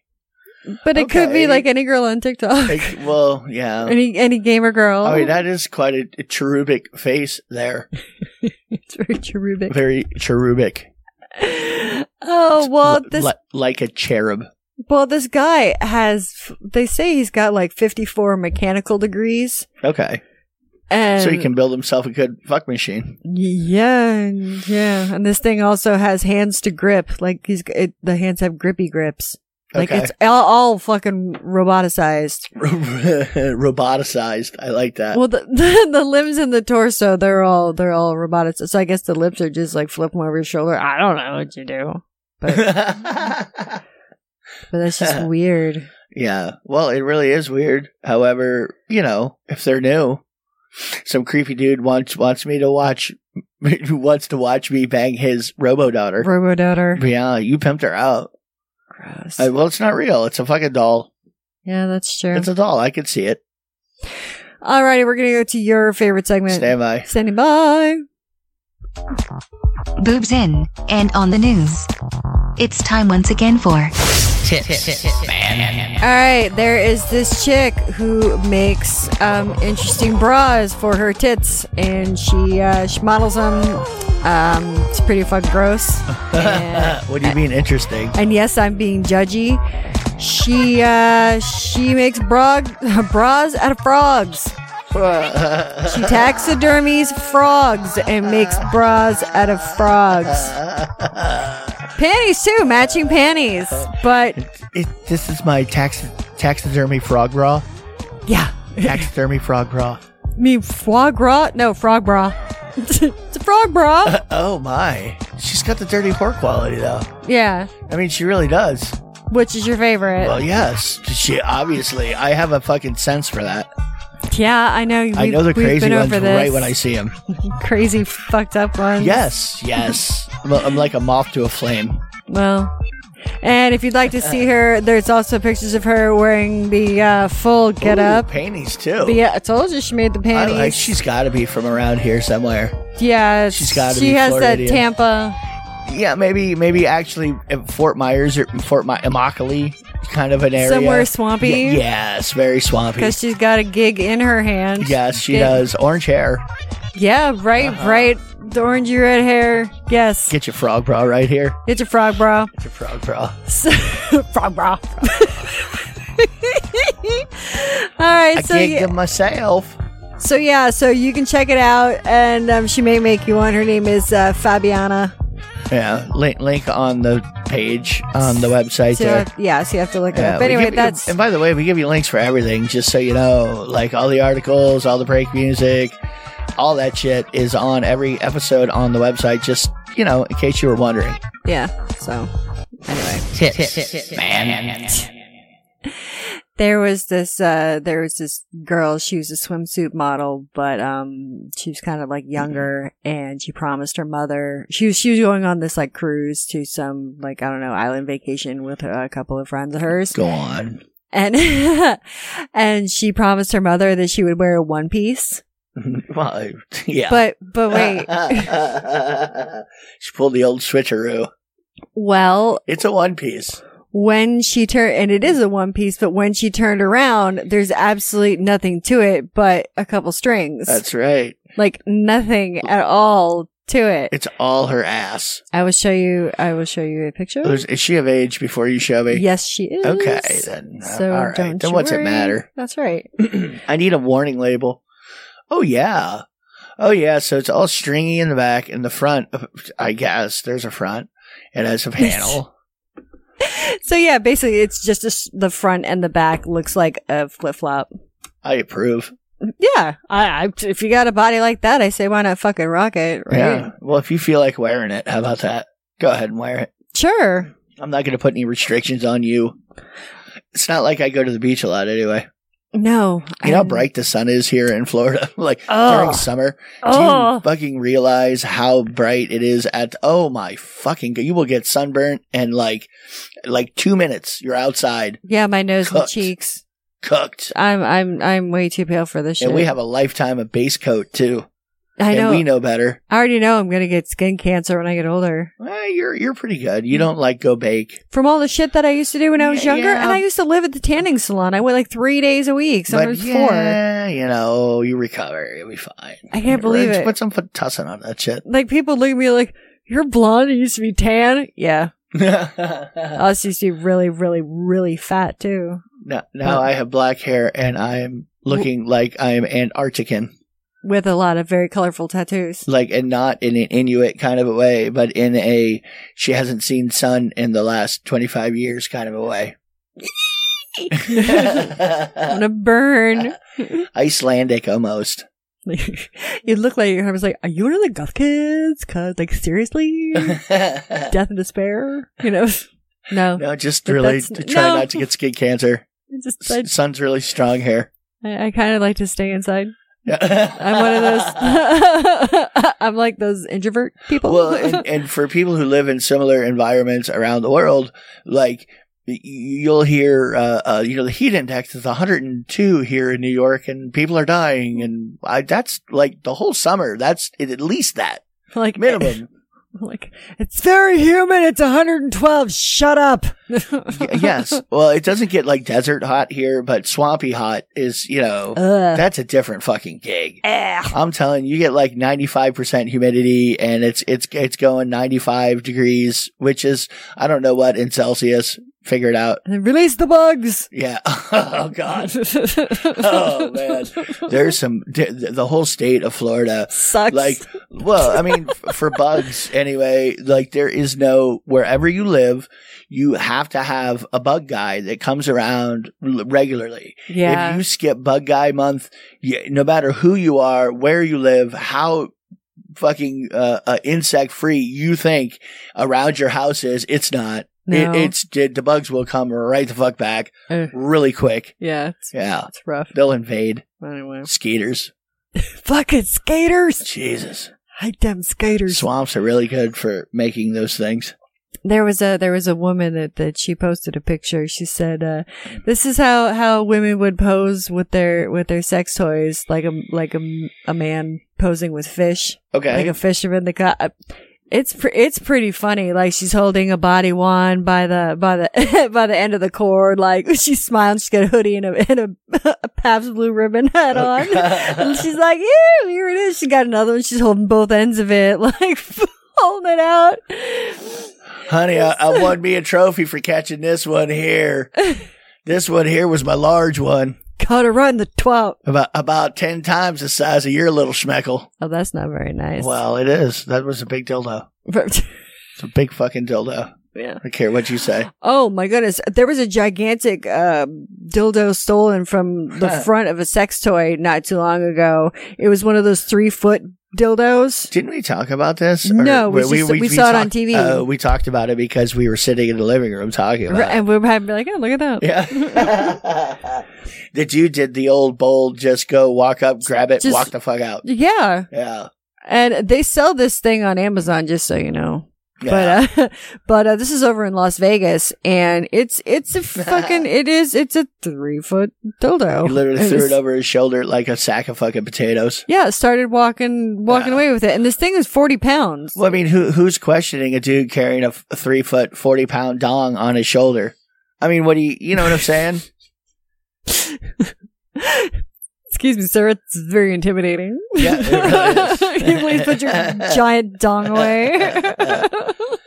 C: but it could be
D: okay.
C: like any girl on TikTok,
D: Like, well, yeah.
C: any any gamer girl.
D: I mean, that is quite a, a cherubic face there.
C: it's very cherubic.
D: Very cherubic.
C: Oh well,
D: Li-
C: this
D: li- like a cherub.
C: well this guy has. They say he's got like fifty four mechanical degrees,
D: Okay.
C: and
D: so he can build himself a good fuck machine.
C: Yeah, yeah, and this thing also has hands to grip. Like he's it, the hands have grippy grips. Like
D: Okay.
C: it's all, all fucking roboticized.
D: Roboticized. I like that.
C: Well, the, the limbs and the torso they're all they're all roboticized. So I guess the lips are just like flip 'em over your shoulder. I don't know what you do, but that's just weird.
D: yeah. Well, it really is weird. However, you know, if they're new, some creepy dude wants wants me to watch wants to watch me bang his robo daughter.
C: Robo daughter.
D: Yeah, you pimped her out.
C: Gross.
D: I, well, it's not real. It's a fucking doll.
C: yeah, that's true.
D: It's a doll. I can see it.
C: Alrighty, we're gonna go to your favorite segment.
D: Stand by.
C: Standing by.
B: Boobs in and on the news. It's time once again for
C: All right, there is this chick who makes um, interesting bras for her tits, and she uh, she models them. Um, it's pretty fucking gross. And,
D: what do you mean interesting?
C: and yes, I'm being judgy. She uh, she makes bra- bras out of frogs. She taxidermies frogs and makes bras out of frogs. Panties too, matching panties. But
D: It, this is my tax, taxidermy frog bra.
C: yeah,
D: Taxidermy frog bra.
C: Me foie gras? No, frog bra. it's a frog bra.
D: Oh my. She's got the dirty whore quality though.
C: yeah.
D: I mean, she really does.
C: Which is your favorite?
D: Well, yes. She obviously. I have a fucking sense for that.
C: yeah, I know. We,
D: I know the
C: we've
D: crazy
C: been
D: ones
C: over this.
D: right when I see them.
C: crazy fucked up ones.
D: Yes, yes. I'm, I'm like a moth to a flame.
C: Well. And if you'd like to see her, there's also pictures of her wearing the uh, full get
D: Ooh,
C: up.
D: Panties too.
C: But yeah, I told you she made the
D: I
C: panties.
D: like. She's got to be from around here somewhere.
C: yeah,
D: she's gotta
C: she
D: be
C: has that
D: Floridian.
C: Tampa.
D: Yeah, maybe, maybe actually at Fort Myers or Fort My- Immokalee, kind of an area.
C: Somewhere swampy.
D: Ye- yes, very swampy.
C: Because she's got a gig in her hand.
D: Yes, she
C: Get-
D: does. Orange hair.
C: Yeah, right, right. The orangey red hair. Yes.
D: Get your frog bra right here.
C: it's a frog bra.
D: Get your frog bra.
C: So, frog bra. All right,
D: I
C: so
D: gigged
C: yeah,
D: them myself.
C: so yeah, so you can check it out, and um, she may make you one. Her name is uh, Fabiana.
D: Yeah, link link on the page on the website
C: So,
D: there.
C: yeah, so you have to look it
D: Yeah,
C: up.
D: we
C: But anyway,
D: give you-
C: that's
D: and by the way, we give you links for everything, just so you know. Like all the articles, all the break music, all that shit is on every episode on the website. Just you know, in case you were wondering.
C: yeah. So anyway, there was this uh, there was this girl. She was a swimsuit model, but um, she was kind of like
D: Mm-hmm.
C: younger, and she promised her mother she was she was going on this like cruise to some like I don't know island vacation with uh, a couple of friends of hers.
D: Go on.
C: and and she promised her mother that she would wear a one piece.
D: well, yeah.
C: But but wait,
D: she pulled the old switcheroo.
C: well,
D: It's a one piece.
C: when she turned and it is a one piece, but when she turned around, there's absolutely nothing to it but a couple strings,
D: That's right.
C: like nothing at all to it.
D: It's all her ass.
C: I will show you. I will show you a picture.
D: Is is she of age before you show me?
C: Yes, she is.
D: Okay, then.
C: So
D: all right.
C: don't
D: then
C: you
D: what's
C: worry.
D: it matter?
C: That's right.
D: I need a warning label. Oh yeah. Oh yeah, so it's all stringy in the back and the front I guess there's a front. It has a panel.
C: So yeah, basically, it's just a s the front and the back looks like a flip flop.
D: I approve.
C: Yeah, I, I if you got a body like that, I say why not fucking rock it, right?
D: Yeah. Well, if you feel like wearing it, how about that? Go ahead and wear it.
C: Sure.
D: I'm not going to put any restrictions on you. It's not like I go to the beach a lot anyway.
C: No,
D: You know how
C: I'm-
D: bright the sun is here in Florida? like
C: Oh.
D: during summer. Do you
C: Oh,
D: fucking realize how bright it is at oh my fucking god, you will get sunburnt and like like two minutes you're outside
C: yeah, my nose and
D: Cooked.
C: cheeks.
D: cooked.
C: I'm I'm I'm way too pale for this shit.
D: And we have a lifetime of base coat too.
C: I know.
D: And we know better.
C: I already know I'm gonna get skin cancer when I get older
D: Well, you're you're pretty good. You don't like go bake.
C: from all the shit that I used to do when I was
D: Yeah,
C: younger.
D: yeah.
C: And I used to live at the tanning salon. I went like three days a week,
D: But
C: sometimes four.
D: yeah, you know, you recover. You'll be fine.
C: I can't believe
D: Just
C: it.
D: Put some tussin on that shit.
C: Like people look at me like you're blonde. You used to be tan. Yeah, us used to be really, really, really fat too.
D: now, now I have black hair and I'm looking like I'm Antarctican.
C: with a lot of very colorful tattoos.
D: like and not in an Inuit kind of a way, but in a she hasn't seen sun in the last twenty five years kind of a way.
C: I'm gonna
D: Uh,
C: burn.
D: Icelandic almost.
J: you look like your I was like, are you one of the goth kids? Cause like seriously,
D: no,
J: death and despair. You know,
C: No,
D: just
C: But
D: really
C: that's-
D: to try
C: no.
D: not to get skin cancer.
J: It's just
D: S- Sun's really strong hair.
C: I, I kind of like to stay inside. I'm
D: I'm
C: one of those. I'm like those introvert people.
D: well, and, and for people who live in similar environments around the world, like y- you'll hear, uh, uh, you know, the heat index is 102 here in New York, and people are dying, and I, that's like the whole summer. That's at least that.
C: Like
D: minimum.
C: Like it's very humid. It's 112. Shut up.
D: Y- yes. Well, it doesn't get like desert hot here, but swampy hot is, you know,
C: Ugh.
D: that's a different fucking gig.
C: Ugh.
D: I'm telling you, you get like 95% humidity and it's, it's, it's going 95 degrees, which is, I don't know what in Celsius. Figure it out.
C: And Release the bugs.
D: Yeah. oh God. Oh man. There's some, d- the whole state of Florida.
C: Sucks.
D: Like, well, I mean, f- for bugs anyway, like there is no, wherever you live, you have to have a bug guy that comes around l- regularly. If
C: yeah.
D: you skip bug guy month, you, no matter who you are, where you live, how fucking uh, uh, insect free you think around your house is, it's not.
C: No.
D: It, it's the the bugs will come right the fuck back
C: Uh,
D: really quick.
C: yeah. It's,
D: Yeah,
C: it's rough.
D: they'll invade
C: Anyway.
D: skeeters.
C: Fucking skaters.
D: Jesus,
C: Hate them skaters.
D: swamps are really good for making those things.
C: there was a there was a woman that that she posted a picture she said uh this is how how women would pose with their with their sex toys like a like a, a man posing with fish like
D: Okay,
C: a fisherman the guy it's pre- it's pretty funny like she's holding a body wand by the by the by the end of the cord like she's smiling she's got a hoodie and a and a, a Pabst blue ribbon hat
D: Oh,
C: on
D: God.
C: and she's like ew here it is she got another one she's holding both ends of it like holding it out
D: honey, I, I won me a trophy for catching this one here. This one here was my large one,
C: Gotta run the twelve.
D: about about ten times the size of your little schmeckle.
C: Oh, that's not very nice.
D: Well, it is. That was a big dildo. It's a big fucking dildo.
C: yeah.
D: I don't care what you say.
C: Oh my goodness. There was a gigantic um dildo stolen from the front of a sex toy not too long ago. It was one of those three foot dildos.
D: Didn't we talk about this?
C: No, we just- we saw it on TV.
D: Uh, we talked about it because we were sitting in the living room talking about it.
C: And we were having like, oh, look at that.
D: Yeah. that you did the old bold just go walk up, grab it,
C: Just-
D: walk the fuck out.
C: Yeah.
D: Yeah.
C: And they sell this thing on Amazon, just so you know.
D: Yeah.
C: But uh, but uh, this is over in Las Vegas, and it's it's a fucking it is it's a three foot dildo.
D: he literally
C: And
D: threw
C: it's-
D: it over his shoulder like a sack of fucking potatoes.
C: Yeah, started walking walking
D: Wow.
C: away with it, and this thing is forty pounds.
D: Well, I mean, who who's questioning a dude carrying a f- a three foot, forty pound dong on his shoulder? I mean, what do you, you know what I'm saying?
C: Excuse me, sir. It's very intimiadating.
D: Yeah, it really is.
C: Can you please put your giant dong away? but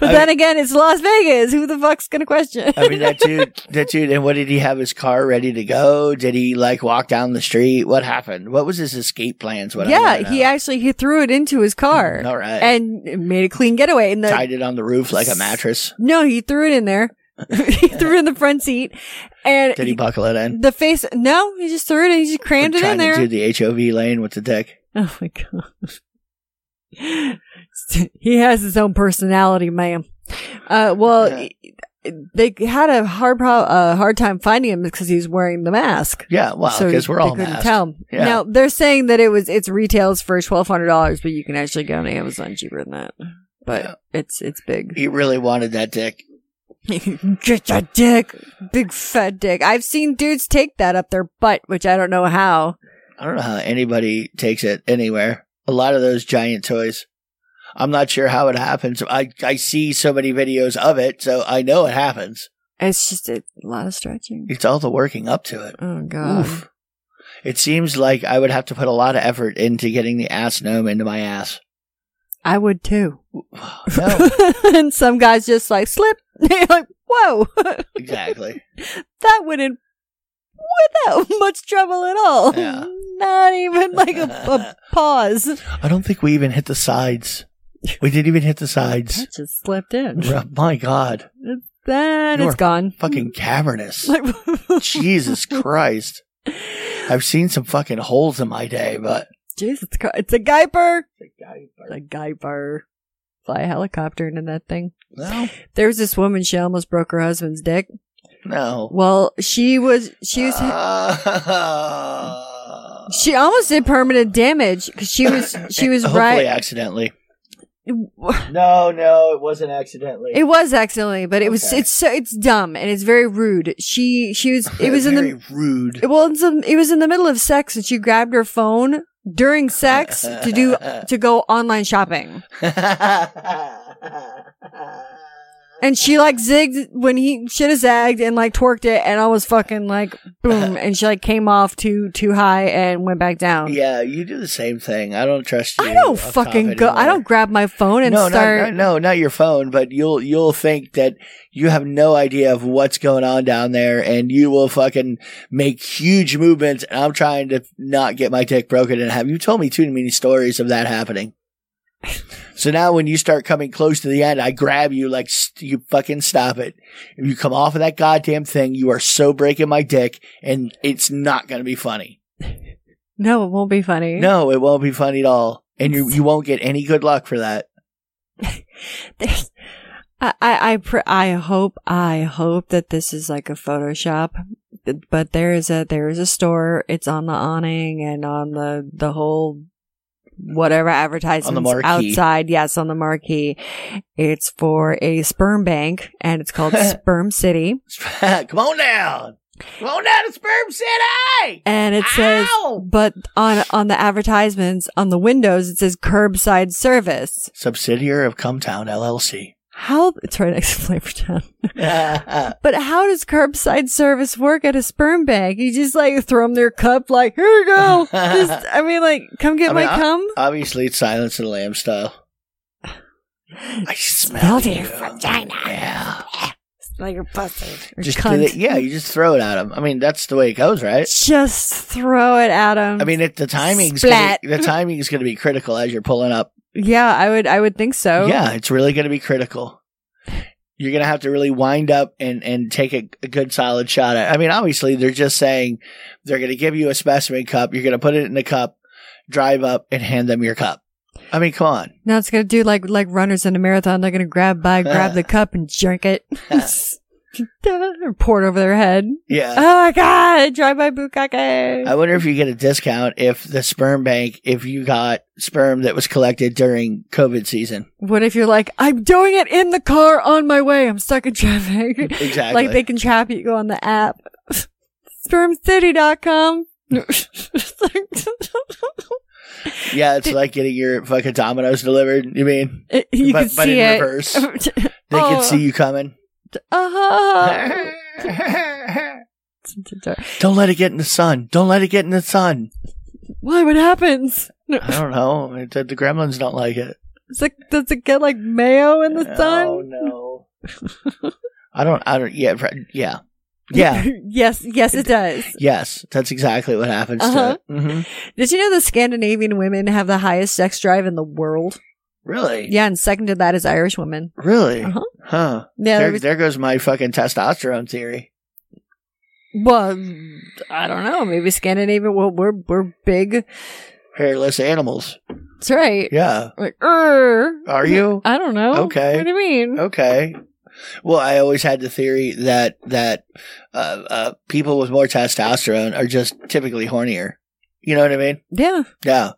C: then again, it's Las Vegas. Who the fuck's gonna question?
D: I mean, that dude, that dude, and what did he have his car ready to go? Did he like walk down the street? What happened? What was his escape plans? What I
C: yeah,
D: wanna
C: he
D: know.
C: actually he threw it into his car
D: All right.
C: and made a clean getaway. And the
D: tied it on the roof like a mattress.
C: no, he threw it in there. he threw it in the front seat, and
D: Did he buckle it in?
C: the face. No, he just threw it. in. He just crammed it
D: trying
C: in there.
D: to do the HOV lane with the dick.
C: Oh my god. he has his own personality, ma'am. Uh, well,
D: Yeah.
C: they had a hard pro- uh, hard time finding him because he's wearing the mask.
D: Yeah, well,
C: So
D: because we're all
C: they couldn't
D: masked.
C: tell.
D: Yeah.
C: Now they're saying that it was it's retails for twelve hundred dollars, but you can actually go on Amazon cheaper than that. But
D: Yeah.
C: it's it's big.
D: He really wanted that dick.
C: Get your dick, big fat dick. I've seen dudes take that up their butt, which I don't know how.
D: I don't know how anybody takes it anywhere. A lot of those giant toys. I'm not sure how it happens. I, I see so many videos of it, so I know it happens.
C: It's just a lot of stretching.
D: It's all the working up to it.
C: Oh god.
D: Oof. It seems like I would have to put a lot of effort into getting the ass gnome into my ass.
C: I would too.
D: No,
C: and some guys just like slip. They're like, whoa,
D: exactly.
C: that wouldn't without much trouble at all.
D: Yeah.
C: Not even like a, a pause.
D: I don't think we even hit the sides. We didn't even hit the sides.
C: That just slipped in.
D: My God,
C: Then
D: You
C: it's
D: are
C: gone.
D: fucking cavernous.
C: Like,
D: Jesus Christ. I've seen some fucking holes in my day, but
C: Jesus Christ. It's a Guyper. It's a Guyper. Fly a helicopter into that thing.
D: no,
C: There was this woman, she almost broke her husband's dick.
D: no.
C: Well, she was, she was,
D: Uh,
C: she almost did permanent damage because she was, she was
D: hopefully
C: right.
D: accidentally. No, no, it wasn't accidentally.
C: It was accidentally, but it was
D: Okay.
C: it's so it's dumb and it's very rude. She she was it was in
D: Very
C: the
D: rude.
C: well it's in- it was in the middle of sex and she grabbed her phone during sex to do to go online shopping. And she like zigged when he should have zagged and like twerked it and I was fucking like boom and she like came off too too high and went back down.
D: yeah, you do the same thing. I don't trust you.
C: I don't
D: off top
C: fucking go I
D: anymore.
C: don't grab my phone and
D: no,
C: start
D: Not, not, no, not your phone, but you'll you'll think that you have no idea of what's going on down there, and you will fucking make huge movements. And I'm trying to not get my dick broken and have you told me too many stories of that happening. So now, when you start coming close to the end, I grab you like st- you fucking stop it. If you come off of that goddamn thing, you are so breaking my dick, and it's not going to be funny.
C: No, it won't be funny.
D: No, it won't be funny at all, and you you won't get any good luck for that.
C: There's- I I I, pr- I hope I hope that this is like a Photoshop, but there is a there is a store. It's on the awning and on the the whole whatever advertisements
D: marquee.
C: outside. Yes, on the marquee. It's for a sperm bank and it's called Sperm City.
D: Come on down. Come on down to Sperm City.
C: And it says,
D: Ow!
C: but on on the advertisements on the windows it says curbside service.
D: Subsidiary of Cumtown LLC.
C: How it's right next to Flavortown. But how does curbside service work at a sperm bank? You just like throw them their cup, like here you go. Just, I mean, like come get
D: I mean,
C: my
D: I-
C: cum.
D: Obviously, it's Silence of the Lamb style. I smell
C: Smelled
D: you.
C: your vagina.
D: Yeah.
C: Like your pussy.
D: Just do the- yeah, you just throw it at him. I mean, that's the way it goes, right?
C: just throw it at him.
D: I mean, it, the timing's
C: Splat.
D: Gonna, the timing is going to be critical as you're pulling up.
C: yeah, I would, I would think so.
D: Yeah, it's really going to be critical. You're going to have to really wind up and, and take a, a good solid shot at. I mean, obviously, they're just saying they're going to give you a specimen cup. You're going to put it in a cup, drive up, and hand them your cup. I mean, come on.
C: Now it's gonna do like like runners in a marathon. They're gonna grab by, grab the cup, and drink it, or pour it over their head.
D: Yeah.
C: Oh my god! Drive by bukake.
D: I wonder if you get a discount if the sperm bank, if you got sperm that was collected during COVID season.
C: What if you're like, I'm doing it in the car on my way. I'm stuck in traffic.
D: Exactly.
C: Like they can trap you on the app. Spermcity.com.
D: yeah, it's like getting your fucking dominoes delivered. You mean
C: you
D: But-
C: can
D: but
C: see
D: in
C: it.
D: reverse. they can
C: Oh.
D: see you coming?
C: Uh-huh. Oh.
D: Don't let it get in the sun. Don't let it get in the sun.
C: Why? What happens?
D: I don't know. It- The, the gremlins don't like it.
C: It's like, does it get like mayo in the
D: Oh
C: sun?
D: no. I don't. I don't. Yeah. right, Yeah. Yeah.
C: yes, yes, it does.
D: yes. That's exactly what happens
C: Uh-huh.
D: to it. hmm
C: Did you know the Scandinavian women have the highest sex drive in the world?
D: Really.
C: Yeah, and second to that is Irish women.
D: Really.
C: Uh-huh.
D: Huh.
C: Yeah,
D: there,
C: it was-
D: there goes my fucking testosterone theory.
C: Well, I don't know. Maybe Scandinavian. Well, we're we're big.
D: Hairless animals.
C: That's right.
D: Yeah.
C: Like, er.
D: Are you?
C: I don't know.
D: Okay. Oh.
C: What do you mean?
D: Okay. Well, I always had the theory that that uh, uh, people with more testosterone are just typically hornier. You know what I mean?
C: Yeah.
D: Yeah.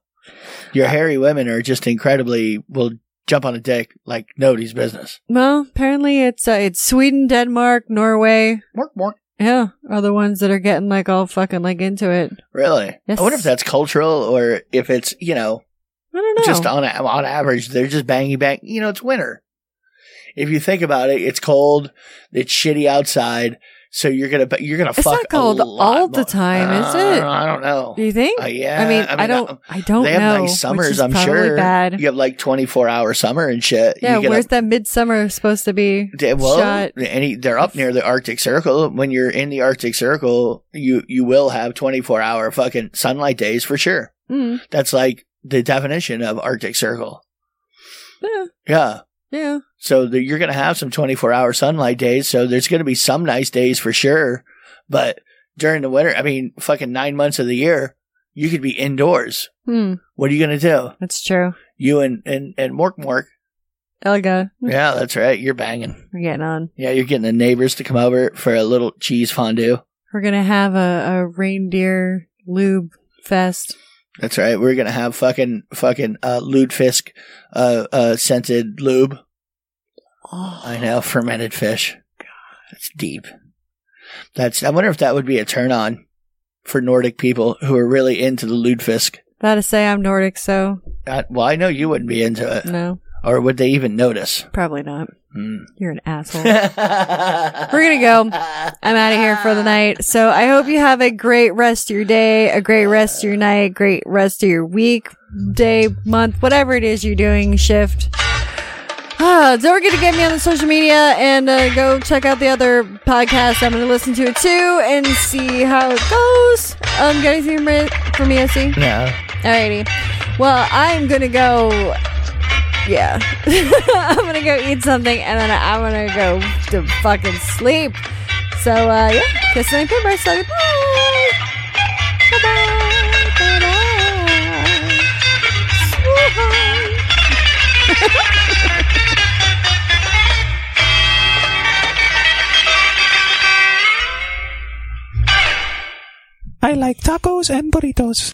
D: Your hairy women are just incredibly will jump on a dick like nobody's business.
C: Well, apparently it's uh, it's Sweden, Denmark, Norway.
D: Mork, mork.
C: Yeah, are the ones that are getting like all fucking like into it.
D: Really?
C: Yes.
D: I wonder if that's cultural or if it's you know
C: I don't know.
D: just on a- on average they're just banging bang. You know, it's winter. If you think about it, it's cold. It's shitty outside, so you're gonna but you're gonna
C: It's
D: fuck
C: not cold
D: a lot
C: all the
D: more.
C: time, is it?
D: Uh, I don't know.
C: do you think?
D: Uh, yeah,
C: I mean,
D: I
C: I,
D: mean,
C: don't.
D: uh,
C: I don't
D: they have
C: know.
D: nice
C: which
D: summers,
C: is
D: I'm
C: probably
D: sure.
C: Bad.
D: You have like 24 hour summer and shit.
C: Yeah.
D: you get
C: Where's
D: up-
C: that midsummer supposed to be?
D: They- well,
C: shot?
D: any they're up near the Arctic Circle. When you're in the Arctic Circle, you you will have 24 hour fucking sunlight days for sure.
C: Mm,
D: That's like the definition of Arctic Circle.
C: yeah.
D: Yeah.
C: Yeah.
D: So the, you're going to have some 24 hour sunlight days. So there's going to be some nice days for sure. But during the winter, I mean, fucking nine months of the year, you could be indoors.
C: Hmm.
D: What are you going to do?
C: That's true.
D: You and, and, and Mork Mork.
C: Elga,
D: Yeah, that's right. You're banging.
C: we're getting on.
D: Yeah, you're getting the neighbors to come over for a little cheese fondue.
C: We're gonna have a, a reindeer lube fest.
D: That's right. We're gonna have fucking fucking uh, lutefisk uh, uh, scented lube. I know fermented fish. That's deep. That's. I wonder if that would be a turn on for Nordic people who are really into the lutefisk.
C: About to say I'm Nordic, so
D: Uh, well, I know you wouldn't be into it,
C: no,
D: or would they even notice?
C: probably not.
D: Hmm.
C: You're an asshole. We're gonna go. I'm out of here for the night. So I hope you have a great rest of your day, a great rest of your night, great rest of your week, day, month, whatever it is you're doing, shift. Ah, don't forget to get me on the social media and uh, go check out the other podcast. I'm going to listen to it too and see how it goes. Um, got anything from- from me, SC?
D: No.
C: Alrighty. Well, I'm gonna go. Yeah, I'm gonna go eat something, and then I'm gonna go to fucking sleep. So uh, yeah, kiss and goodbye. Bye bye.
K: I like tacos and burritos.